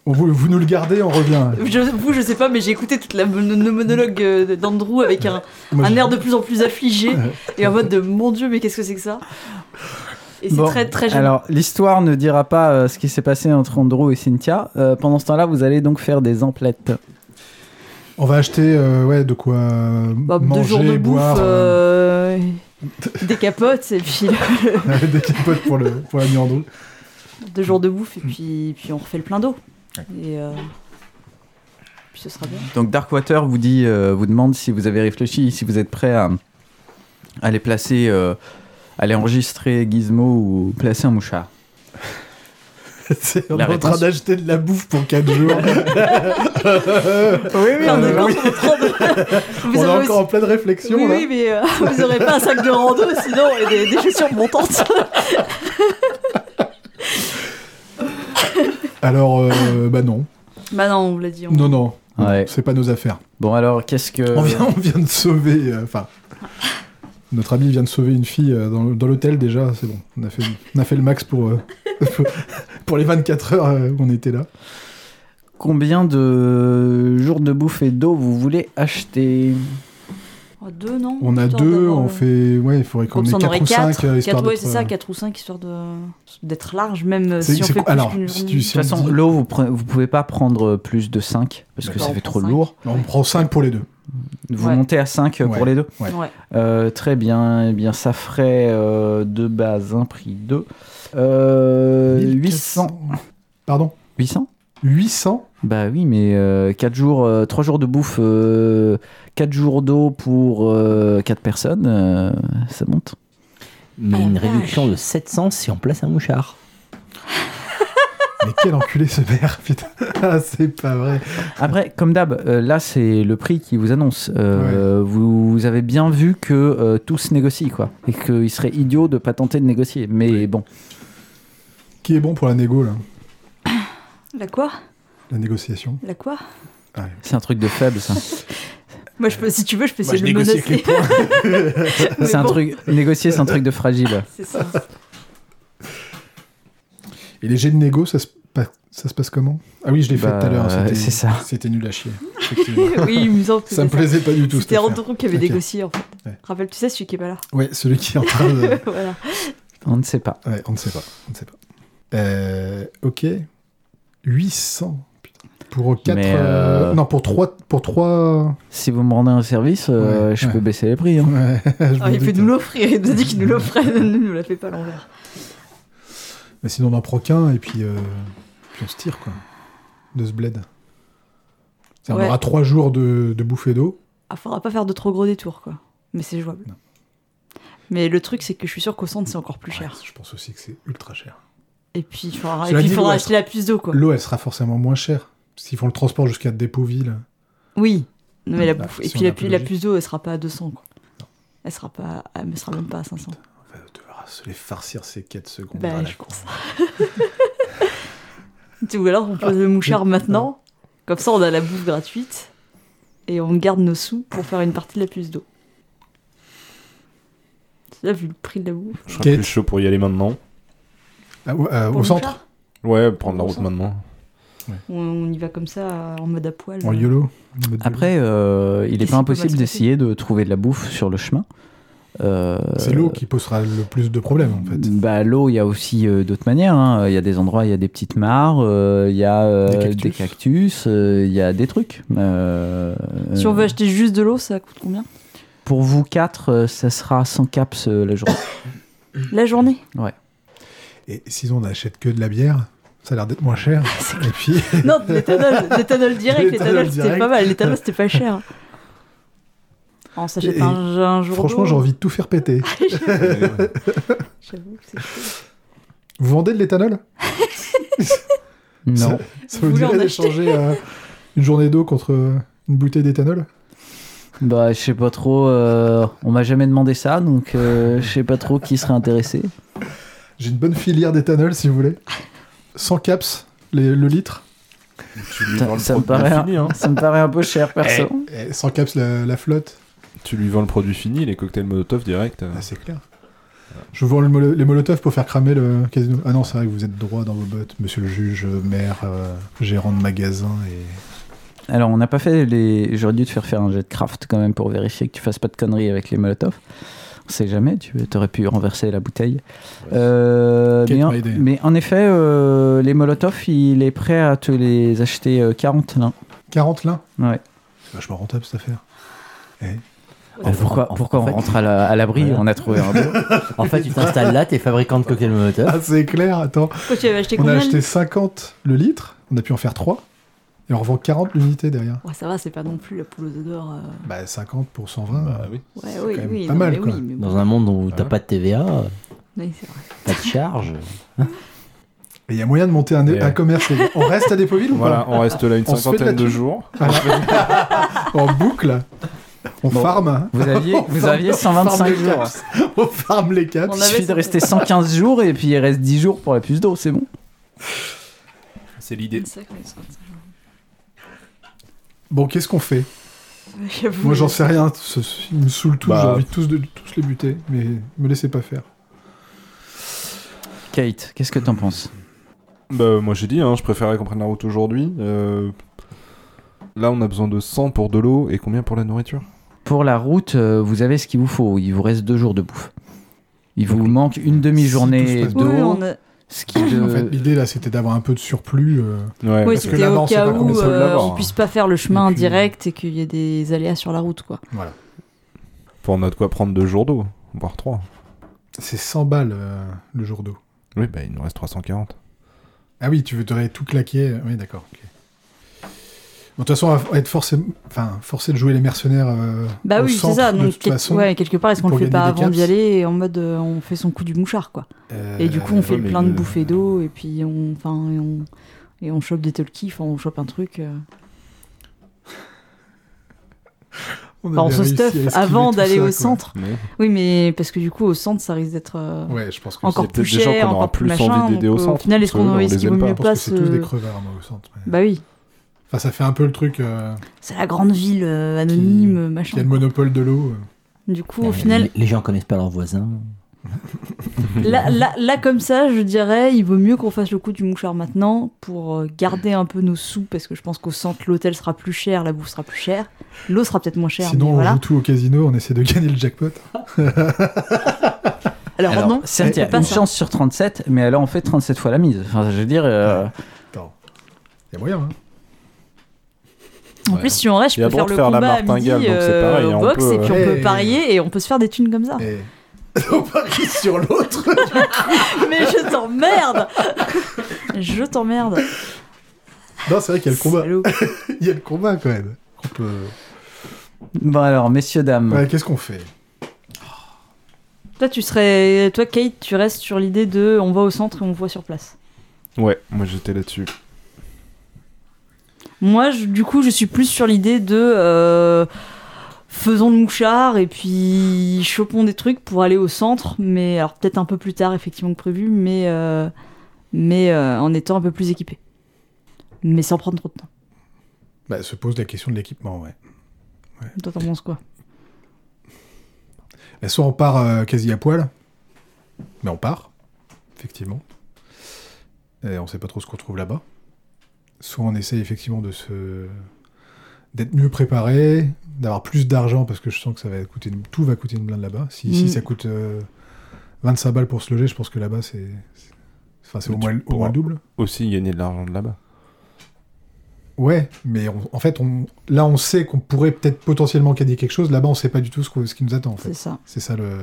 on vous, vous nous le gardez, on revient. je, vous, je sais pas, mais j'ai écouté toute la mon- le monologue euh, d'Andrew avec un, Moi, un je- air de plus en plus affligé et en mode de mon dieu, mais qu'est-ce que c'est que ça Et c'est Bon, très très jeune. Alors, l'histoire ne dira pas euh, ce qui s'est passé entre Andrew et Cynthia. Euh, pendant ce temps-là, vous allez donc faire des emplettes. On va acheter euh, ouais, de quoi euh, Bah, deux jours de manger, bouffe, boire, euh, euh, des capotes et puis euh, des capotes pour, le, pour la nuit en dos. deux jours de bouffe et puis, puis on refait le plein d'eau. Et euh, puis ce sera bien. Donc Darkwater vous dit, euh, vous demande si vous avez réfléchi, si vous êtes prêt à, à les placer, euh, à les enregistrer Gizmo ou placer un mouchard. C'est- on La est en train réponse- d'acheter de la bouffe pour 4 jours. Oui, oui, on est oui. content de prendre- Vous on est avez Euh, encore aussi- en pleine réflexion Oui, là. oui, mais euh, vous aurez pas un sac de rando sinon et des, des chaussures montantes. Alors, euh, bah non. bah non, on vous l'a dit. on- Non, non. Ouais. Euh. C'est pas nos affaires. Bon, alors, qu'est-ce que. On, vient, on vient de sauver. euh, Enfin. notre ami vient de sauver une fille euh, dans, dans l'hôtel déjà. C'est bon. On a fait, on a fait le max pour, euh, pour, pour les 24 heures euh, où on était là. Combien de jours de bouffe et d'eau vous voulez acheter Oh, deux, non On a Histoire deux, d'avoir, on euh, fait. Ouais, il faudrait qu'on Quand ait on en 4 aurait ou 5 quatre, quatre, ouais, c'est ça, euh, 4 ou 5, histoire de- d'être large, même euh, c'est- si on c'est fait quoi- plus alors, qu'une si journée. tu- si De toute façon, Samedi. l'eau, vous pre- vous pouvez pas prendre euh, plus de 5 parce que D'accord. ça fait trop Cinq. lourd. On prend 5 pour les deux. Vous Ouais. montez à 5 pour Ouais. les deux ouais. Ouais. Euh, Très bien. Eh bien, ça ferait euh, de base un prix euh, 2. 800. 1400. Pardon 800 800 Bah oui, mais 4 jours, 3 jours de bouffe, 4 jours d'eau pour 4 personnes, euh, ça monte. Mais Oh, une vache. réduction de 700 si on place un mouchard. Mais quel enculé ce maire, putain. Ah, c'est pas vrai. Après, comme d'hab, euh, là c'est le prix qui vous annonce. Euh, vous, vous avez bien vu que euh, tout se négocie, quoi. Et qu'il serait idiot de pas tenter de négocier. Mais bon, Qui est bon pour la négo, là La quoi La négociation La quoi c'est un truc de faible, ça. Moi, je peux, si tu veux, je peux essayer de le Bah, négocie menacer. Mais c'est un bon, truc, négocier, c'est un truc de fragile. C'est ça. Et les jets de négo, ça se, pa- ça se passe comment Ah oui, je l'ai fait Bah, tout à l'heure. c'était- c'est ça. C'était nul à chier. effectivement. oui, il me semble que ça me c'est plaisait pas du tout. cette C'était affaire. Anton qui avait Ok. négocié, en fait. Ouais. Rappelle, tu sais, celui qui est pas là. Ouais, celui qui est en train de. voilà. On ne sait pas. Ouais, on ne sait pas. On ne sait pas. Euh, ok. 800. putain. Pour 4. Mais, euh, Non, pour 3. Pour 3... Si vous me rendez un service, euh, Ouais, je ouais. peux baisser les prix. hein. Ah, il peut nous l'offrir, il nous a dit qu'il nous l'offrait, il nous l'a fait pas à l'envers. Mais sinon, on en prend qu'un et puis, euh, puis on se tire, quoi. De ce bled. Ça, Ouais. On aura trois jours de, de bouffée d'eau. Ah, faudra pas faire de trop gros détours, quoi. Mais c'est jouable. Non. Mais le truc, c'est que je suis sûr qu'au centre, c'est encore plus cher. Ouais, je pense aussi que c'est ultra cher. Et puis, il faudra, et Cela puis, dit, il faudra ouais, acheter la puce d'eau, quoi. L'eau, elle sera forcément moins chère. S'ils font le transport jusqu'à Dépotville. Oui. Non, mais la Bah, bouffe. si et on puis est la, un peu pu- la logique. puce d'eau, elle sera pas à 200, quoi. Elle sera pas, elle me sera même pas à 500. On va devoir se les farcir ces 4 secondes. Bah, à la je con. pense. Tu- Ou alors on Ah. pose le mouchard maintenant, comme ça on a la bouffe gratuite et on garde nos sous pour faire une partie de la puce d'eau. Là, vu le prix de la bouffe. Je serais Kate. plus chaud pour y aller maintenant. Ah, ouais, euh, pour Ah, au le centre mouchard, Ouais, prendre la Bon route sang. maintenant. on, on y va comme ça euh, en mode à poil. En YOLO. en mode Après, euh, il Et n'est c'est pas pas impossible mal d'essayer de trouver de la bouffe sur le chemin. Euh, YOLO. C'est l'eau qui posera le plus de problèmes, en fait. Bah, l'eau, il y a aussi euh, d'autres manières. hein. Il y a des endroits, il y a des petites mares, euh, il y a euh, Des cactus. des cactus, euh, il y a des trucs. Euh, Si on veut acheter juste de l'eau, ça coûte combien Pour vous quatre, euh, ça sera 100 caps euh, la journée. La journée Et sinon, on n'achète que de la bière. Ça a l'air d'être moins cher. et puis, Non, de l'éthanol, de l'éthanol direct, L'éthanol l'éthanol c'était direct. pas mal, l'éthanol c'était pas cher. Oh, On s'achète Et- un, un jour. franchement, d'eau. j'ai envie de tout faire péter. J'avoue que c'est chaud. Vous vendez de l'éthanol non. Ça Vous vous voulez en dirait acheter d'échanger euh, une journée d'eau contre euh, une bouteille d'éthanol Bah, je sais pas trop. euh, on m'a jamais demandé ça, donc euh, je sais pas trop qui serait intéressé. J'ai une bonne filière d'éthanol si vous voulez. 100 caps les- le litre. Tu lui Ça- vends le ça me produit paraît un- fini, hein. Ça me paraît un peu Eh, cher, perso. Et 100 caps la, la flotte. Tu lui vends le produit fini, les cocktails Molotov direct. euh. Ah, c'est clair. Je vous vends le molo- les molotovs pour faire cramer le casino. Ah non, c'est vrai que vous êtes droit dans vos bottes, monsieur le juge, euh, maire, euh, gérant de magasin et. Alors, on n'a pas fait les. J'aurais dû te faire faire un jet de craft quand même pour vérifier que tu fasses pas de conneries avec les molotov. On sait jamais, tu aurais pu renverser la bouteille. Euh, Kate mais, en, m'a aidé. mais en effet, euh, les molotov, il est prêt à te les acheter euh, 40 là. 40 lin Ouais. C'est vachement rentable cette affaire. Ah, En- pourquoi en- pourquoi en on fait- rentre à la- à l'abri Voilà. On a trouvé un dos. En fait, tu t'installes là, t'es fabricant de cocktails Molotov. Ah, c'est clair, attends. Pourquoi tu avais acheté On combien a lui acheté 50 le litre, on a pu en faire 3, et on revend 40 l'unité derrière. Ouais, ça va, c'est pas non plus la poule aux odeurs. euh, Bah 50 pour 120. Bah oui. Ouais, oui, quand même oui, pas non, mal, mais quoi. oui, mais bon. Ah Dans un monde où t'as Ouais. pas de TVA, Oui, c'est vrai. pas de charge. Mais il y a moyen de monter un, Ouais. un commerce. les gars. On reste à Dépauville ou Voilà, on reste là une On se fait de la cinquantaine de thune. jours. pas En boucle. On Bon. farme. Vous aviez, On vous farme- aviez on 125 farme les jours. caps. On farme les caps. On Il avait suffit de ça. rester 115 jours et puis il reste 10 jours pour la puce d'eau, c'est bon. C'est l'idée. Bon, qu'est-ce qu'on fait J'avoue. Moi, j'en sais rien. ce- ce- Ils me saoulent tous. Bah. J'ai envie de tous, de tous les buter, mais me laissez pas faire. Kate, qu'est-ce que t'en penses Bah, moi j'ai dit, hein, je préférais qu'on prenne la route aujourd'hui. Euh, Là, on a besoin de 100 pour de l'eau et combien pour la nourriture Pour la route, euh, vous avez ce qu'il vous faut. Il vous reste deux jours de bouffe. Il vous manque une Si demi-journée tout se passe Oui, bien. d'eau, on a- ce qui de... En fait, l'idée là, c'était d'avoir un peu de surplus. euh, Ouais. oui, parce que c'était là-bas, au on sait cas pas combien où ça peut euh, l'avoir, on hein. puisse pas faire le chemin Et puis- direct et qu'il y ait des aléas sur la route, quoi. voilà. Pour notre quoi prendre deux jours d'eau, voire trois. C'est 100 balles euh, le jour d'eau. Oui, bah il nous reste 340. Ah oui, tu voudrais tout claquer. euh, Oui, d'accord. ok. Bon, de toute façon, on va être forcé, enfin, forcé de jouer les mercenaires. euh, Bah au oui, c'est centre, ça. de Donc, toute quel- façon. ouais, quelque part, est-ce qu'on pour le fait gagner pas des avant d'y caps. aller et en mode euh, on fait son coup du mouchard, quoi. Euh, Et du coup, on fait ouais, le mais plein de le- bouffées d'eau et puis on, enfin, et on, et on chope des tolkis, enfin, on chope un truc. euh. On, Enfin, bah, on avait se réussi à stuff esquiver avant tout d'aller ça, au quoi. centre. Ouais. Oui, mais parce que du coup, au centre, ça risque d'être euh, Ouais, je pense que encore c'est plus peut-être des gens cher, qu'on aura encore plus plus machin. envie d'aider donc, au euh, centre, final, est-ce parce que qu'on eux, on est-ce les qu'il vaut aime pas. Je mieux pense pas que c'est tous des se. crevards, moi, au centre. mais- Bah oui, Enfin, ça fait un peu le truc euh, c'est la grande ville euh, anonyme, qui a machin. le monopole de l'eau. euh. Du coup, au Ouais, final, les, les gens connaissent pas leurs voisins. Là, là, là, comme ça, je dirais, il vaut mieux qu'on fasse le coup du mouchard maintenant pour euh, garder un peu nos sous, parce que je pense qu'au centre, l'hôtel sera plus cher, la bouffe sera plus chère, l'eau sera peut-être moins chère. Sinon, mais on voilà. joue tout au casino, on essaie de gagner le jackpot. Alors, Alors, non, certes, il y on a fait une pas ça. chance sur 37, mais alors on fait 37 fois la mise. Enfin, je veux dire, euh, Attends. Il y a moyen, hein. En plus, si on reste, Il y je a peux droit faire de le faire la combat à midi martingale, donc c'est euh, pareil, au hein, on box, peut, et puis euh, on peut eh, parier et on peut se faire des thunes comme ça. Et... on parie sur l'autre. Mais je t'emmerde Je t'emmerde non, c'est vrai qu'il y a le combat. Salaud. Il y a le combat quand même. On peut- bon alors, messieurs, dames, Ouais, Qu'est-ce qu'on fait Toi, tu serais. Toi, Kate, tu restes sur l'idée de on va au centre et on voit sur place. Ouais, moi j'étais là-dessus. Moi, je- du coup, je suis plus sur l'idée de euh, faisons le mouchard et puis chopons des trucs pour aller au centre, mais alors peut-être un peu plus tard effectivement que prévu, mais euh, mais euh, en étant un peu plus équipé, mais sans prendre trop de temps. bah, Se pose la question de l'équipement, ouais. Toi, t'en penses quoi Bah, soit on part euh, quasi à poil, mais on part, effectivement. Et on sait pas trop ce qu'on trouve là-bas. Soit on essaie effectivement de se d'être mieux préparé, d'avoir plus d'argent parce que je sens que ça va coûter une- tout va coûter une blinde là-bas. Si ici Mm. ça coûte euh, 25 balles pour se loger, je pense que là-bas c'est c'est- enfin c'est au Mais tu moins, le- au moins pourras- le double. Aussi gagner de l'argent de là-bas. Ouais, mais on- en fait on là on sait qu'on pourrait peut-être potentiellement gagner quelque chose, là-bas on sait pas du tout ce, qu'on- ce qui nous attend en fait. C'est ça. C'est ça le.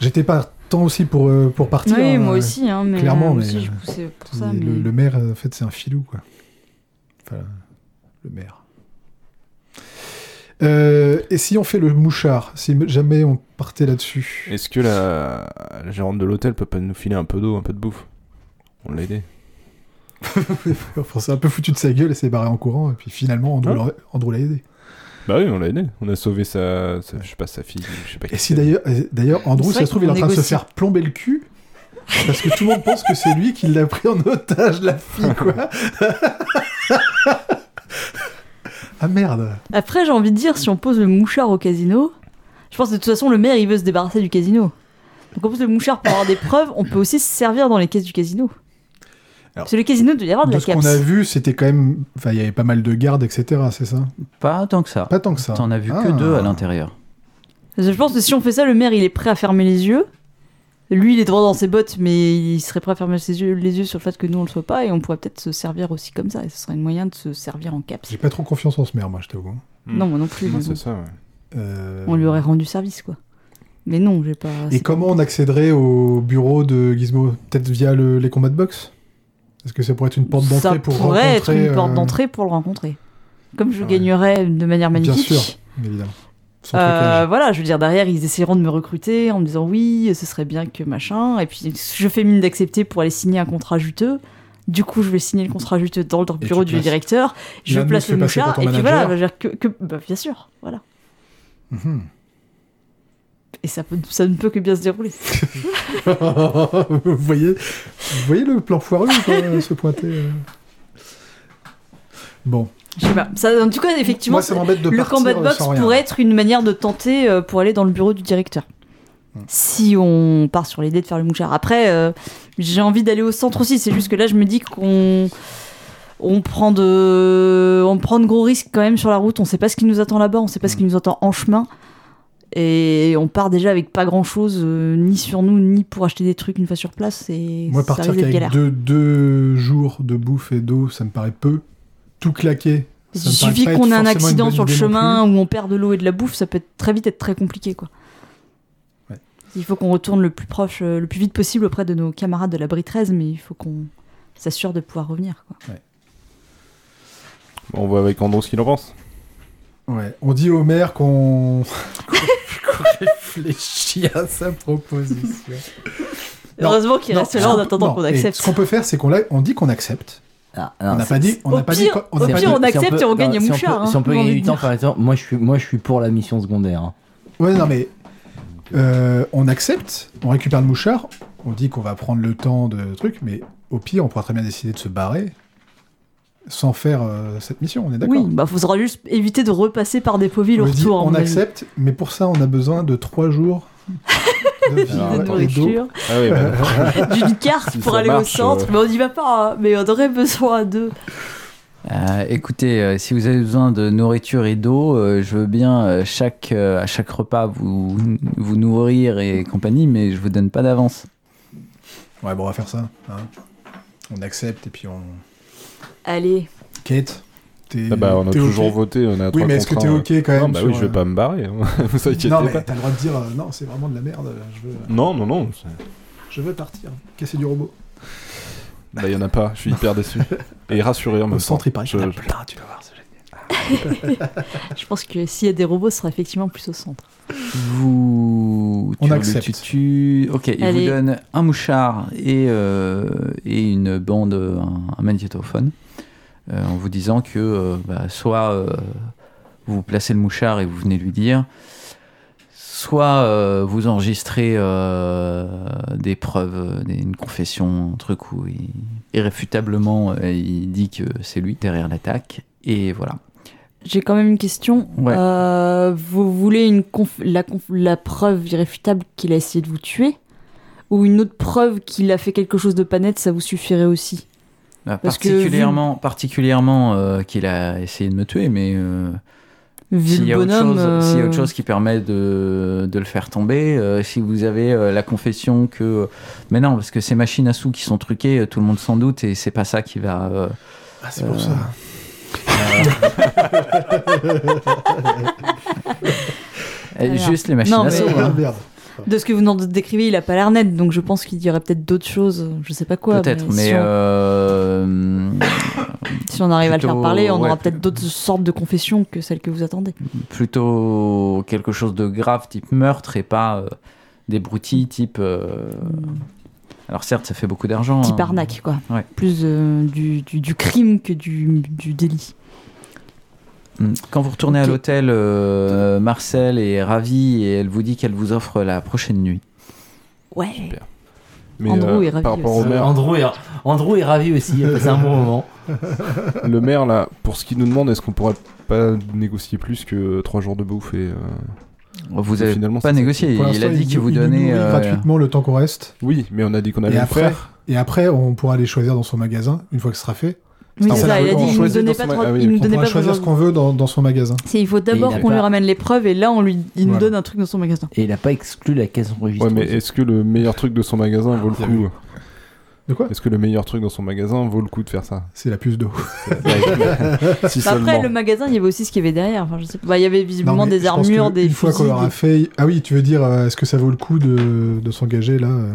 J'étais pas tant aussi pour, euh, pour partir. oui, hein, moi euh, aussi, hein, mais clairement, moi mais, aussi, je euh, poussais pour c'est- ça, le, mais le maire, euh, en fait, c'est un filou, quoi. Enfin, le maire. Euh, et si on fait le mouchard, si jamais on partait là-dessus Est-ce que la... la gérante de l'hôtel peut pas nous filer un peu d'eau, un peu de bouffe On l'a aidé. Enfin, c'est un peu foutu de sa gueule et s'est barré en courant, et puis finalement, Andrew l'a- Andrew l'a aidé. Bah oui, on l'a aidé. On a sauvé sa, sa- je sais pas, sa fille, je sais pas Et qui si c'est. d'ailleurs, et d'ailleurs Andrew, C'est ça vrai se trouve, il est en qu'on train de se négocie. faire plomber le cul parce que tout le monde pense que c'est lui qui l'a pris en otage, la fille, quoi. ah merde. Après, j'ai envie de dire, si on pose le mouchard au casino, je pense que de toute façon, le maire, il veut se débarrasser du casino. Donc, on pose le mouchard pour avoir des preuves, on peut aussi se servir dans les caisses du casino. Alors, Parce que le casino, il doit y avoir de, De la ce qu'on a caps. vu, c'était quand même. Enfin, il y avait pas mal de gardes, etc., c'est ça Bah, pas tant que ça. Pas tant que ça. T'en as vu que Ah. deux à l'intérieur. Parce que Je pense que si on fait ça, le maire, il est prêt à fermer les yeux. Lui, il est droit dans ses bottes, mais il serait prêt à fermer ses yeux, les yeux sur le fait que nous, on le soit pas, et on pourrait peut-être se servir aussi comme ça, et ce serait un moyen de se servir en caps. J'ai Hmm. pas trop confiance en ce maire, moi, je t'avoue. Non, moi non plus. Ouais, mais c'est bon. ça, ouais. Euh, On lui aurait rendu service, quoi. Mais non, j'ai pas. Et c'est- comment on accéderait au bureau de Gizmo Peut-être via le- les combats de boxe Est-ce que ça pourrait être une porte ça d'entrée pour rencontrer pourrait être une porte euh, d'entrée pour le rencontrer. Comme je Ouais. gagnerais de manière Bien magnifique, sûr, évidemment. Sans Euh, trucage. voilà, je veux dire, derrière, ils essaieront de me recruter en me disant oui, ce serait bien que machin. Et puis, je fais mine d'accepter pour aller signer un contrat juteux. Du coup, je vais signer le contrat juteux dans le Et bureau tu du places- directeur. Je L'annonce place fait le passer par mouchard. ton Et puis manager. voilà, je veux dire que, que- bah, bien sûr, voilà. Mhm. Et ça, peut- ça ne peut que bien se dérouler. vous, voyez, vous voyez le plan foireux quoi, se pointer euh. Bon, Je sais pas. Ça, en tout cas, effectivement, moi ça m'embête de le partir euh, combat de boxe sans rien. pourrait être une manière de tenter euh, pour aller dans le bureau du directeur. Hmm. Si on part sur l'idée de faire le mouchard. Après, euh, j'ai envie d'aller au centre aussi. C'est juste que là, je me dis qu'on on prend de on prend de gros risques quand même sur la route. On sait pas ce qui nous attend là-bas. On sait pas Hmm. ce qui nous attend en chemin. Et on part déjà avec pas grand chose, ni sur nous, ni pour acheter des trucs une fois sur place. Et Moi ça partir risque d'être qu'avec galère. deux, deux jours de bouffe et d'eau, ça me paraît peu. Tout claqué. Il ça me paraît suffit pas qu'on être ait un forcément une accident bonne sur le idée non chemin où on perd de l'eau et de la bouffe, ça peut être très vite être très compliqué, quoi. Ouais. Il faut qu'on retourne le plus proche, euh, le plus vite possible auprès de nos camarades de la Brie 13, mais il faut qu'on s'assure de pouvoir revenir, quoi. On voit avec Andros ce qu'il en pense. Ouais. On dit au maire qu'on qu'on réfléchit à sa proposition. Non, Heureusement qu'il Non, reste ce là en qu'on- attendant non, qu'on et accepte. Ah, Ce qu'on peut faire, c'est qu'on l'a- on dit qu'on accepte. Ah, on n'a pas dit. On au n'a pas dit. pire- qu'on- on au n'a pas pire, dit- on accepte peut- et on gagne non, un si mouchard, peut- hein, si on peut j'ai envie gagner de du temps, dire. par exemple, moi je suis, moi, je suis pour la mission secondaire. hein. Ouais, non, mais euh, on accepte, on récupère le mouchard, on dit qu'on va prendre le temps de truc, mais au pire, on pourra très bien décider de se barrer sans faire euh, cette mission, on est Oui, d'accord bah faudra juste éviter de repasser par des pauvilles au on, dit, retour. à on mon avis. accepte, mais pour ça, on a besoin de trois jours de De vivre et d'eau. nourriture, Ah oui, bah, d'une carte Si pour ça aller marche, au centre, euh. mais on n'y va pas, hein, mais on aurait besoin de. Euh, écoutez, euh, si vous avez besoin de nourriture et d'eau, euh, je veux bien euh, chaque, euh, à chaque repas vous, vous nourrir et compagnie, mais je vous donne pas d'avance. Ouais, bon, on va faire ça. hein. On accepte et puis on. Allez, Kate, t'es. Ah bah, on a t'es toujours OK voté, on a Oui, trois mais est-ce que contre t'es un, euh. ok quand même Non, bah sur, oui, je vais pas me barrer. hein. Vous euh, inquiétez Non, mais pas. t'as le droit de dire euh, non, c'est vraiment de la merde, je veux, Non, non, non. c'est- je veux partir, casser du robot. Bah, y en a pas, je suis hyper déçu. Et rassuré en Au même temps. centre, il paraît qu'il y en a Je- plein, tu vas voir, c'est génial. je pense que s'il y a des robots, ce sera effectivement plus au centre. Vous. On tu- accepte. Tu, tu- Ok, il Allez. vous donne un mouchard et, euh, et une bande, euh, un, un magnétophone, euh, en vous disant que euh, bah, soit euh, vous placez le mouchard et vous venez lui dire, soit euh, vous enregistrez euh, des preuves, euh, des- une confession, un truc où il- irréfutablement euh, il dit que c'est lui derrière l'attaque. Et voilà. J'ai quand même une question. Ouais. Euh, vous voulez une conf- la, conf- la preuve irréfutable qu'il a essayé de vous tuer Ou une autre preuve qu'il a fait quelque chose de pas net, ça vous suffirait aussi Bah, Parce que particulièrement particulièrement euh, qu'il a essayé de me tuer, mais euh, Vu s'il y, le a autre bonhomme. chose- s'il y a euh, autre chose qui permet de, de le faire tomber, euh, si vous avez euh, la confession que... euh, Mais non, parce que ces machines à sous qui sont truquées, euh, tout le monde s'en doute, et c'est pas ça qui va... euh, Ah, c'est pour Euh, ça. eh, Alors. Juste les machines Non, à mais- sous. Ah, hein. merde. De ce que vous nous décrivez, il a pas l'air net, donc je pense qu'il y aurait peut-être d'autres choses, je sais pas quoi. Peut-être, si mais... on- euh, si on arrive à le plutôt- faire parler, on ouais, aura plus- peut-être d'autres sortes de confessions que celles que vous attendez. plutôt quelque chose de grave, type meurtre, et pas euh, des broutilles type... euh, Alors certes, ça fait beaucoup d'argent. Type hein. arnaque, quoi. Ouais. Plus euh, du, du- du crime que du, du délit. Mm. Quand vous retournez Ok. à l'hôtel, euh, Marcel est ravie et elle vous dit qu'elle vous offre la prochaine nuit. Ouais. Mais Andrew est euh, ravi par rapport au aussi. maire, Andrew, est, Andrew est ravi aussi, hein, il a passé un bon moment. le maire là, pour ce qu'il nous demande, est-ce qu'on pourrait pas négocier plus que 3 jours de bouffe et euh, Vous Et n'avez finalement, pas c'est ça. négocié. Pour Il l'instant, a dit qu'il vous il nous donnait. nourrit euh, gratuitement le temps qu'on reste. Oui, mais on a dit qu'on allait le après, faire. Et après, on pourra aller choisir dans son magasin, une fois que ce sera fait. Oui, Ah, c'est on ça, peut- il a on dit il nous choisit donnait dans pas son trop, ma- ah oui, il nous on donnait pourra pas choisir trop- ce qu'on veut dans, dans son magasin. C'est il faut il d'abord a qu'on lui pas- ramène les preuves et là on lui il nous Voilà. donne un truc dans son magasin. Et il a pas exclu la caisse Ouais, enregistrée. mais est-ce que le meilleur truc de son magasin vaut le Ah, oui. coup De quoi Est-ce que le meilleur truc dans son magasin vaut le coup de faire ça C'est la puce d'eau. Si Bah, seulement. après le magasin, il y avait aussi ce qu'il y avait derrière. Enfin, je sais pas. Bah, il y avait Non, visiblement mais des je pense armures, que des Une fois qu'on fusils. aura des- fait. Ah oui, tu veux dire, euh, est-ce que ça vaut le coup de, de s'engager là euh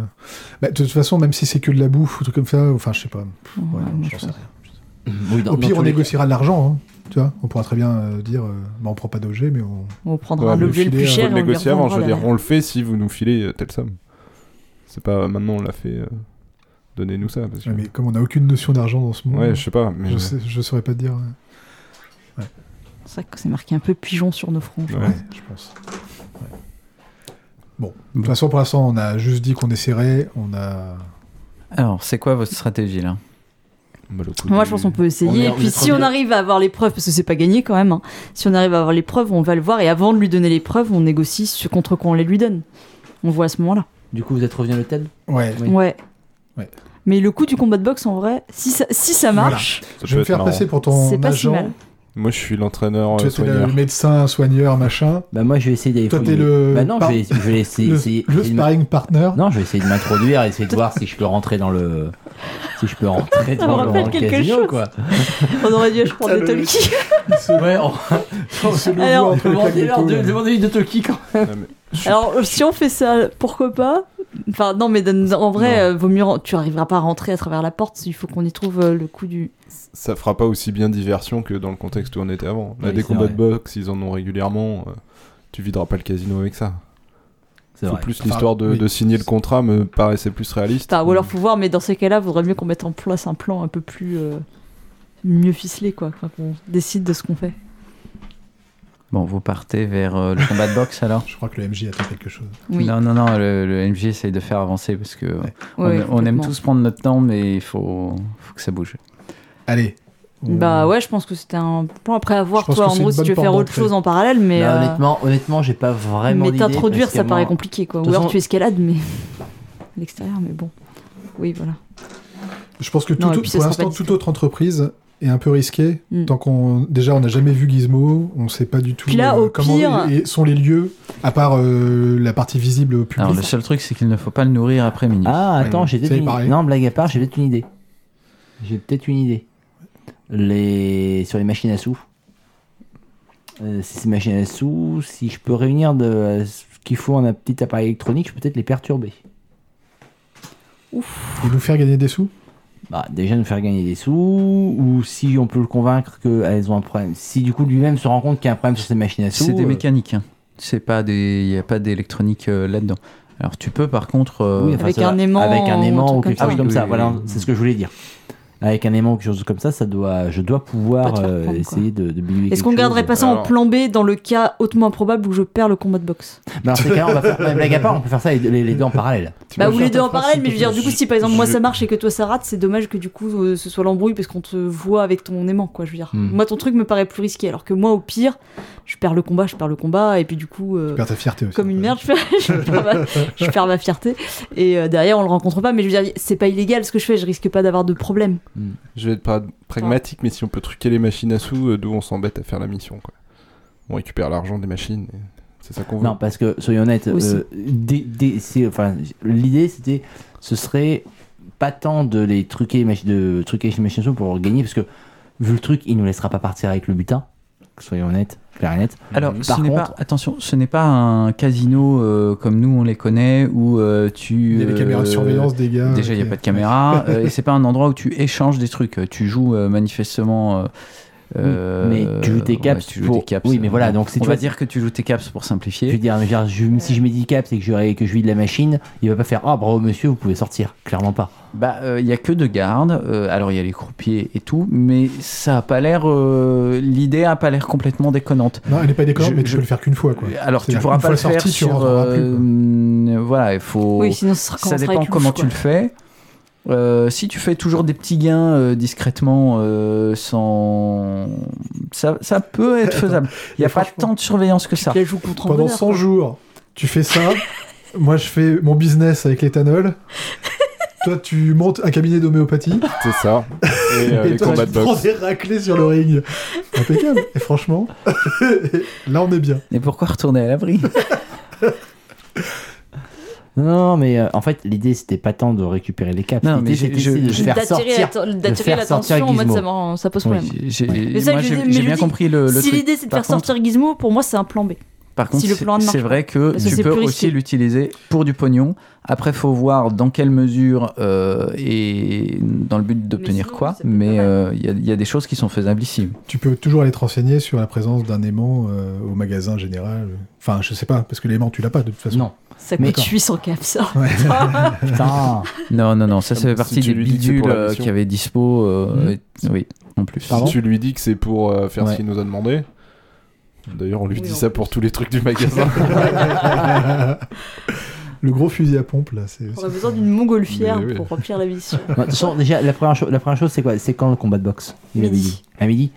Bah, De toute façon, même si c'est que de la bouffe ou truc comme ça, enfin, je sais pas. Ouais, Ouais, non, moi, je j'en sais pense. rien. Oui, dans- Au dans pire, tous on les- négociera de l'argent. hein. Tu vois, on pourra très bien euh, dire, euh, bah, on prend pas d'objet, mais on. On prendra Ouais, mais l'objet le filer, plus euh, Faut cher. le et on le négocier avant, hein, je veux revendra dire, on le fait si vous nous filez euh, telle somme. C'est pas euh, maintenant on l'a fait, euh, donnez-nous ça. Parce que... Ouais, mais comme on n'a aucune notion d'argent dans ce monde, Ouais, je sais pas, mais je, sais- je saurais pas te dire. derrière. C'est vrai que c'est marqué un peu pigeon sur nos fronts. Ouais. Ouais, je pense. Ouais. Bon, de toute façon, pour l'instant, on a juste dit qu'on essaierait. On a. Alors, c'est quoi votre stratégie là Bah, le coup Moi, du- je pense qu'on peut essayer. On est- et on puis, est si trop on bien. arrive à avoir les preuves, parce que c'est pas gagné quand même, hein, si on arrive à avoir les preuves, on va le voir. Et avant de lui donner les preuves, on négocie ce contre quoi on les lui donne. On voit à ce moment-là. Du coup, vous êtes revenu à l'hôtel Ouais. Oui. Ouais. Ouais. Mais le coup du combat de boxe, en vrai, si ça, si ça Voilà. marche, Ça Je peut vais me être faire marrant. passer pour ton c'est pas si agent. mal. Moi, je suis l'entraîneur tu euh, es le soigneur. médecin, soigneur, machin. Bah, moi, je vais essayer d'aller Toi, fouiller. t'es le- Bah, non, je vais, je vais essayer. Le, essayer- le essayer de m'a- sparring partner. Non, je vais essayer de m'introduire et essayer de voir si je peux rentrer dans le. Si je peux rentrer Ça me dans, le- dans rappelle le quelque casino, chose. quoi. On aurait dû, je prends des Putain, le- talkies. Ouais, on... C'est le Alors, jour entre les demandez-leur claques de de, tôle. demandez-lui de Toki quand Ouais, Ah, mais- Alors, euh, si on fait ça, pourquoi pas Enfin, non, mais donne- en vrai, euh, vaut mieux. ren- Tu arriveras pas à rentrer à travers la porte, il faut qu'on y trouve euh, le coup du. ça fera pas aussi bien diversion que dans le contexte où on était avant. Là, Oui, des c'est combats vrai. de boxe, ils en ont régulièrement. euh, tu videras pas le casino avec ça. C'est Faut vrai. plus Enfin, l'histoire de, oui. de signer le contrat me paraissait plus réaliste. Mm. Enfin, ou alors, faut voir, mais dans ces cas-là, vaudrait mieux qu'on mette en place un plan un peu plus. euh, mieux ficelé, quoi. Enfin, qu'on décide de ce qu'on fait. Bon, vous partez vers euh, le combat de boxe alors Je crois que le MJ attend quelque chose. Oui. Non, non, non, le, le MJ essaye de faire avancer parce que euh, on, Ouais, on aime complètement. tous prendre notre temps, mais il faut, faut que ça bouge. Allez. on- Bah ouais, je pense que c'était un plan. Après, à voir, Je pense toi, que en c'est gros, une si tu bonne veux faire porte autre d'entrée. chose en parallèle, mais. Là, euh, honnêtement, honnêtement, j'ai pas vraiment. mais d'idée, t'introduire, parce ça que paraît moi- compliqué, quoi. De Ou toute alors façon- tu escalades, mais. à l'extérieur, mais bon. Oui, voilà. Je pense que tout, Non, et tout- puis ce pour sera pas l'instant, discret. toute autre entreprise est un peu risquée. Mm. Tant qu'on déjà on n'a jamais vu Gizmo, on sait pas du tout euh, Puis là, au comment pire- et- et sont les lieux, à part euh, la partie visible au public. Alors, le seul truc, c'est qu'il ne faut pas le nourrir après minuit. Ah, attends, j'ai peut-être C'est une idée. pareil. Non, blague à part, j'ai peut-être une idée. J'ai peut-être une idée. Les... Sur les machines à sous. Euh, si ces machines à sous, si je peux réunir de... euh, ce qu'il faut en un petit appareil électronique, je peux peut-être les perturber. Et nous faire gagner des sous. Bah, déjà nous faire gagner des sous, ou si on peut le convaincre qu'elles ont un problème. Si du coup lui-même se rend compte qu'il y a un problème sur ces machines à sous. C'est des euh, mécaniques. hein. C'est pas des, il n'y a pas d'électronique euh, là-dedans. Alors, tu peux par contre. euh, Oui, enfin, Avec ça va. un aimant Avec un ou un aimant truc ou comme quelque ça. chose Ah comme oui, ça. oui, Voilà, oui. c'est ce que je voulais dire. Avec un aimant ou quelque chose comme ça, ça doit, je dois Pas te pouvoir faire euh, prendre, quoi. essayer de, de bidouiller Est-ce quelque qu'on garderait chose. pas ça en Alors- plan B dans le cas hautement improbable où je perds le combat de boxe Bah, dans ces cas-là, on va faire. mais blague à part, on peut faire ça les, les- les deux en parallèle. Bah, peux ou faire les deux ta en phrase, parallèle, s'il mais te je veux dire, plaît. du coup, si par exemple Je- moi ça marche et que toi ça rate, c'est dommage que du coup euh, ce soit l'embrouille parce qu'on te voit avec ton aimant, quoi, je veux dire. Hmm. Moi, ton truc me paraît plus risqué, alors que moi, au pire, je perds le combat, je perds le combat, et puis du coup. euh, Tu perds ta fierté aussi. hein. comme une merde, je perds, je perds ma, je perds ma fierté. Et euh, derrière, on le rencontre pas. Mais je veux dire, c'est pas illégal ce que je fais, je risque pas d'avoir de problème. Je vais être pas pragmatique, mais si on peut truquer les machines à sous, euh, d'où on s'embête à faire la mission. Quoi. On récupère l'argent des machines. et C'est ça qu'on veut. Non, parce que, soyons honnêtes, Aussi. euh, dé- dé- c'est- enfin, l'idée c'était, ce serait pas tant de les truquer, les machi- de truquer les machines à sous pour gagner, parce que vu le truc, il nous laissera pas partir avec le butin. Soyons honnêtes, clair et net. Alors, Par ce n'est pas, contre- attention, ce n'est pas un casino euh, comme nous on les connaît où euh, tu. Il y a les caméras de euh, surveillance des gars. Déjà, il n'y a qui- pas de caméra. euh, et c'est pas un endroit où tu échanges des trucs. Euh, Tu joues euh, manifestement. euh, euh, mais tu joues tes ouais, caps tu joues pour- tes caps. oui, mais voilà, Euh, donc c'est- on tu va vois, dire que tu joues tes caps pour Je veux simplifier. dire, je veux dire, je- si je médicap, c'est que je, que je vis de la machine, il va pas faire Ah, bravo monsieur, vous pouvez sortir. Clairement pas. Bah, il y a que deux gardes. euh, alors, il y a les croupiers et tout, mais ça a pas l'air. euh, L'idée a pas l'air complètement déconnante. Non, elle est pas déconnante, Je- mais tu je- Euh, peux le faire qu'une fois. Quoi. Alors, tu C'est-à-dire pourras qu'une pas fois le faire sorti, tu sur. rentreras plus, quoi. euh, voilà, il Oh, faut. Oui, sinon ça, ça dépend comment tu le fais. Euh, si tu fais toujours des petits gains euh, discrètement, euh, sans, ça, ça peut être faisable. Il n'y a Mais pas franchement- tant de surveillance que ça. Tu la joues contre un Pendant bonheur, 100 quoi. jours, tu fais ça. Moi, je fais mon business avec l'éthanol. Toi, tu montes un cabinet d'homéopathie. C'est ça. Et, euh, et les toi, combats tu de prends boxe. des raclés sur le ring. Impeccable. Et franchement, là, on est bien. Mais pourquoi retourner à l'abri Non, non, mais euh, en fait, l'idée c'était pas tant de récupérer les caps. Non, mais L'idée j'ai- c'était je- d'essayer de je- faire D'attirer sortir. l'atten- de d'attirer faire l'attention sortir en mode Gizmo. ça, m'en- ça pose Oui. problème. J'ai- Mais ça, Moi, je lui j'ai dis- mais j'ai je bien dis- compris le, le si truc. l'idée c'est de Par faire sortir Gizmo, pour moi c'est un plan B. Par contre, le plan ne c'est- c'est marche vrai que Parce que tu c'est peux plus risqué. aussi l'utiliser pour du pognon. Après, faut voir dans quelle mesure euh, et dans le but d'obtenir sinon, quoi. ça peut être pas Mais mal. euh, il y a- il y, a des choses qui sont faisables ici. Tu peux toujours aller te renseigner sur la présence d'un aimant euh, au magasin général. Enfin, je sais pas, parce que l'aimant, tu l'as pas de toute façon. Non. Ça Mais- coûte 800 caps, ça. Ouais. Putain Non, non, non. Ça, ça fait Si partie des tu lui dis que c'est bidules pour la euh, mission. qu'il y avait dispo. euh, et- Oui, en plus. Si tu lui dis que c'est pour euh, faire Ouais. ce qu'il nous a demandé. D'ailleurs, on lui Oui, dit en ça plus. pour tous les trucs du magasin. Le gros fusil à pompe, là, c'est. On a besoin d'une montgolfière Mais oui. pour remplir la mission. Bah, De toute façon, déjà, la première, cho- la première chose, c'est quoi C'est quand le combat de boxe Il avait Midi. dit. À midi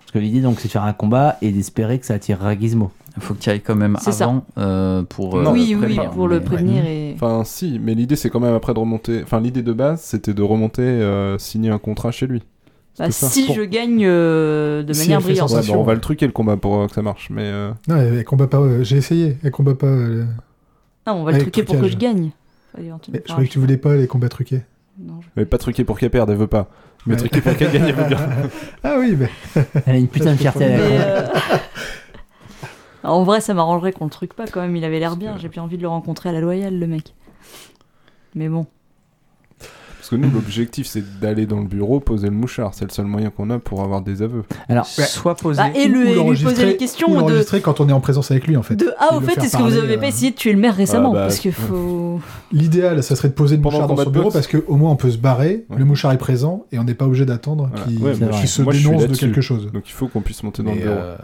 Parce que l'idée, donc, c'est de faire un combat et d'espérer que ça attirera Gizmo. Il faut que tu ailles quand même C'est ça. avant euh, pour. euh, oui, oui, prévenir, pour le mais- prévenir et. enfin, si, mais l'idée c'est quand même après de remonter. Enfin, l'idée de base c'était de remonter, euh, signer un contrat chez lui. Bah, C'était ça. si Pour- je gagne euh, de Si manière elle fait brillante. Ouais, Attention. bah, on va le truquer le combat pour euh, que ça marche. Mais euh, Non, elle, elle combat pas. euh, J'ai essayé, elle combat pas. euh, Ah, on va le Ouais, truquer pour que trucage. je gagne. Mais je croyais que tu voulais pas les combats truqués. mais pas truquer pour qu'elle perde, elle veut pas. Mais Ouais. truquer pour qu'elle gagne, elle veut bien. Ah oui, mais. Elle a une putain de fierté à la con. euh, En vrai, ça m'arrangerait qu'on le truque pas quand même. Il avait l'air bien. J'ai plus envie de le rencontrer à la loyale, le mec. Mais bon. Parce que nous, l'objectif c'est d'aller dans le bureau, poser le mouchard. C'est le seul moyen qu'on a pour avoir des aveux. Alors, Soit posé. Bah, et ou le, et lui l'enregistrer- poser les Ou questions de, l'enregistrer quand on est en présence avec lui, en fait. de Ah, Et au le fait, faire est-ce que vous parler, avez pas euh, essayé de tuer le maire récemment Ah, bah, Parce que faut. L'idéal, ça serait de poser le Pendant mouchard le dans combat son de bureau boxe. parce qu'au moins on peut se barrer, Ouais. le mouchard est présent et on n'est pas obligé d'attendre Voilà. qu'il Ouais, qu'il moi, je- se moi, je suis dénonce de là-dessus. quelque chose. Donc il faut qu'on puisse monter dans le Mais, bureau. euh,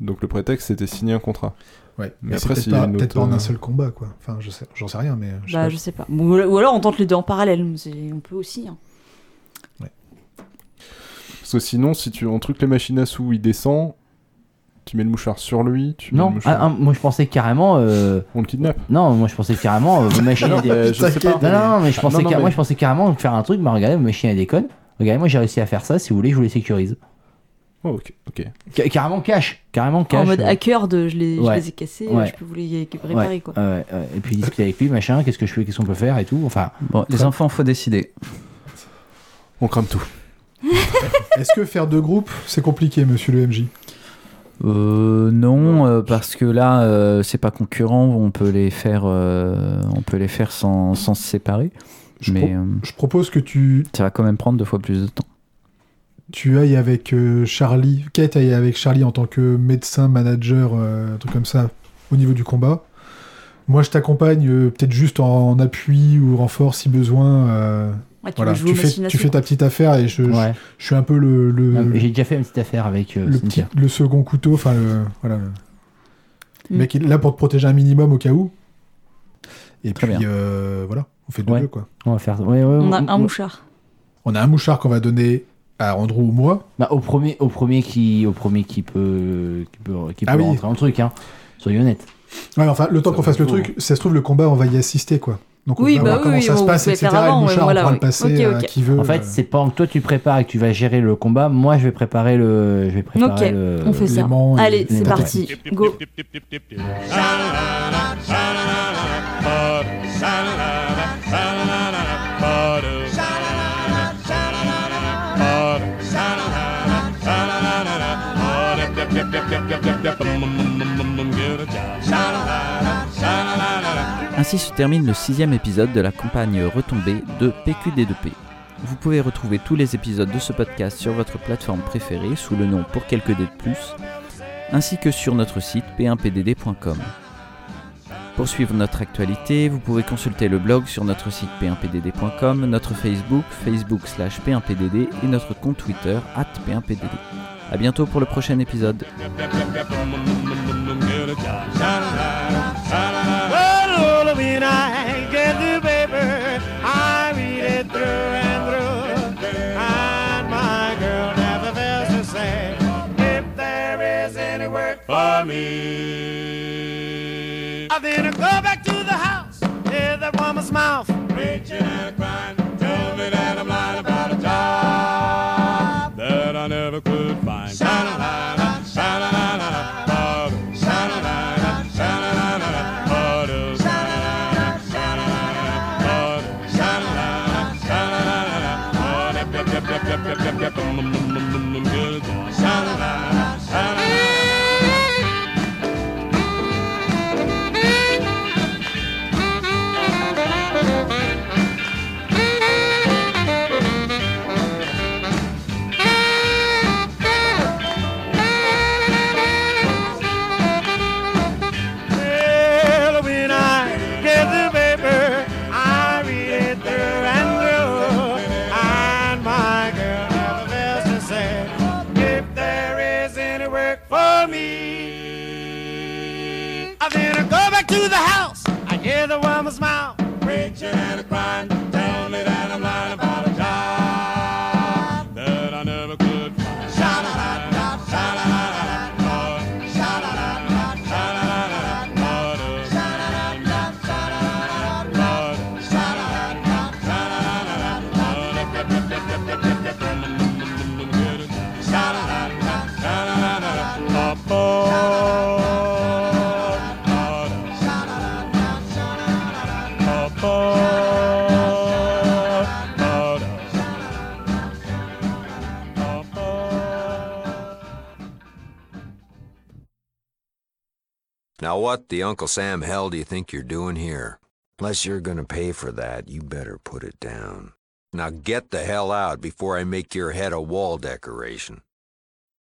Donc le prétexte c'était signer un contrat. ouais. Mais Mais c'est après, peut-être s'il y a pas, une peut-être autre, pas en euh, un seul combat, quoi. Enfin, je sais, j'en sais rien, mais euh, je sais bah, pas. je sais pas. Ou, ou alors on tente les deux en parallèle. c'est- On peut aussi. hein. Parce que sinon, si tu en truc les machines à sous, il descend, tu mets le mouchard sur lui, tu mets le non, mouchard- ah, ah, moi je pensais carrément. euh, on le kidnappe. Non, moi je pensais carrément euh, vos machines à Euh, dé- je sais pas. T'inquiète. Non, non, non, mais je Ah, pensais, non, non, ca- mais- moi, je pensais carrément faire un truc, mais regardez, vos machines à déconne. Regardez, moi j'ai réussi à faire ça, si vous voulez, je vous les sécurise. Oh, ok, ok. Ca- carrément cash, carrément cash. en mode euh. hacker, de, je, les, je Ouais. les ai cassés. euh, Ouais. Je peux vous les réparer quoi. Ouais, ouais, ouais. Et puis discuter avec lui, machin, qu'est-ce que je fais, qu'est-ce qu'on peut faire et tout. Enfin, Bon, les enfants, faut décider. On crame tout. Est-ce que faire deux groupes, c'est compliqué, monsieur le MJ Euh, non, euh, parce que là, euh, c'est pas concurrent. On peut les faire, euh, on peut les faire sans, sans se séparer. je, mais pro- euh, je propose que tu, ça va quand même prendre deux fois plus de temps. tu ailles avec euh, Charlie, Kate aille avec Charlie en tant que médecin, manager, euh, un truc comme ça, au niveau du combat. Moi, je t'accompagne euh, peut-être juste en, en appui ou renfort si besoin. euh, Ouais, tu voilà, veux jouer tu aux fais, machines à tu sous, fais ta petite affaire et je, je- ouais. je, suis un peu le, le, Euh, J'ai déjà fait une petite affaire avec euh, le, petit- Cynthia. le second couteau, enfin le, voilà. le- le Mm. mec il est là pour te protéger un minimum au cas où. Et Très puis bien. euh, voilà, on fait deux Ouais. deux, quoi. On va faire. Ouais, ouais, On a ouais, un ouais. mouchard. On a un mouchard qu'on va donner à Andrew ou moi. Bah, au premier, au premier qui, au premier qui peut, qui peut, qui peut Ah oui. rentrer dans le truc, hein. Soyons honnêtes. Ouais, enfin, le temps Ça qu'on va fasse le être truc, ça se trouve, le combat, on va y assister, quoi. Donc, on Oui, va bah voir oui, comment oui, ça on se passe, peut etc. faire avant, et le ouais, mouchard, voilà, on pourra oui. le passer Ok, à ok. qui veut. En fait, euh, c'est pendant que toi tu prépares et que tu vas gérer le combat, moi je vais préparer le, je vais préparer Ok, le. on euh, fait ça. l'aimant et- Allez, et c'est la parti. Go. Get a job. Ainsi se termine le sixième épisode de la campagne retombée de PQD2P. Vous pouvez retrouver tous les épisodes de ce podcast sur votre plateforme préférée sous le nom Pour quelques dés de plus, ainsi que sur notre site p1pdd.com. Pour suivre notre actualité, vous pouvez consulter le blog sur notre site p1pdd.com, notre Facebook, Facebook slash p1pdd et notre compte Twitter at p1pdd. A bientôt pour le prochain épisode. Well, Halloween, I get the paper, I read it through and through, and my girl never feels the same. If there is any work for me, I then go back to the house, hear that woman's mouth preaching and crying, tell me that I'm lying about a job that I never could find. Sha-la-la-la, sha-la-la-la, bottle, sha-la-la-la, sha-la-la-la, bottle, sha-la-la-la, sha-la-la-la, bottle, sha-la-la-la, sha-la-la-la, bottle, yep, yep, yep, yep, yep, yep, yep, mm, mm, mm, mm, mm, good. Sha-la-la-la, sha-la-la-la. for me. I then I go back to the house. I hear the woman smile, preaching and a crying, telling me that I'm lying about a job that I never could find. Sha-la-la-la, sha-la-la-la-la, sha-la-la-la-la, sha-la-la-la-la, sha-la-la-la-la, Now, what the Uncle Sam hell do you think you're doing here? Unless you're going to pay for that, you better put it down. Now, get the hell out before I make your head a wall decoration.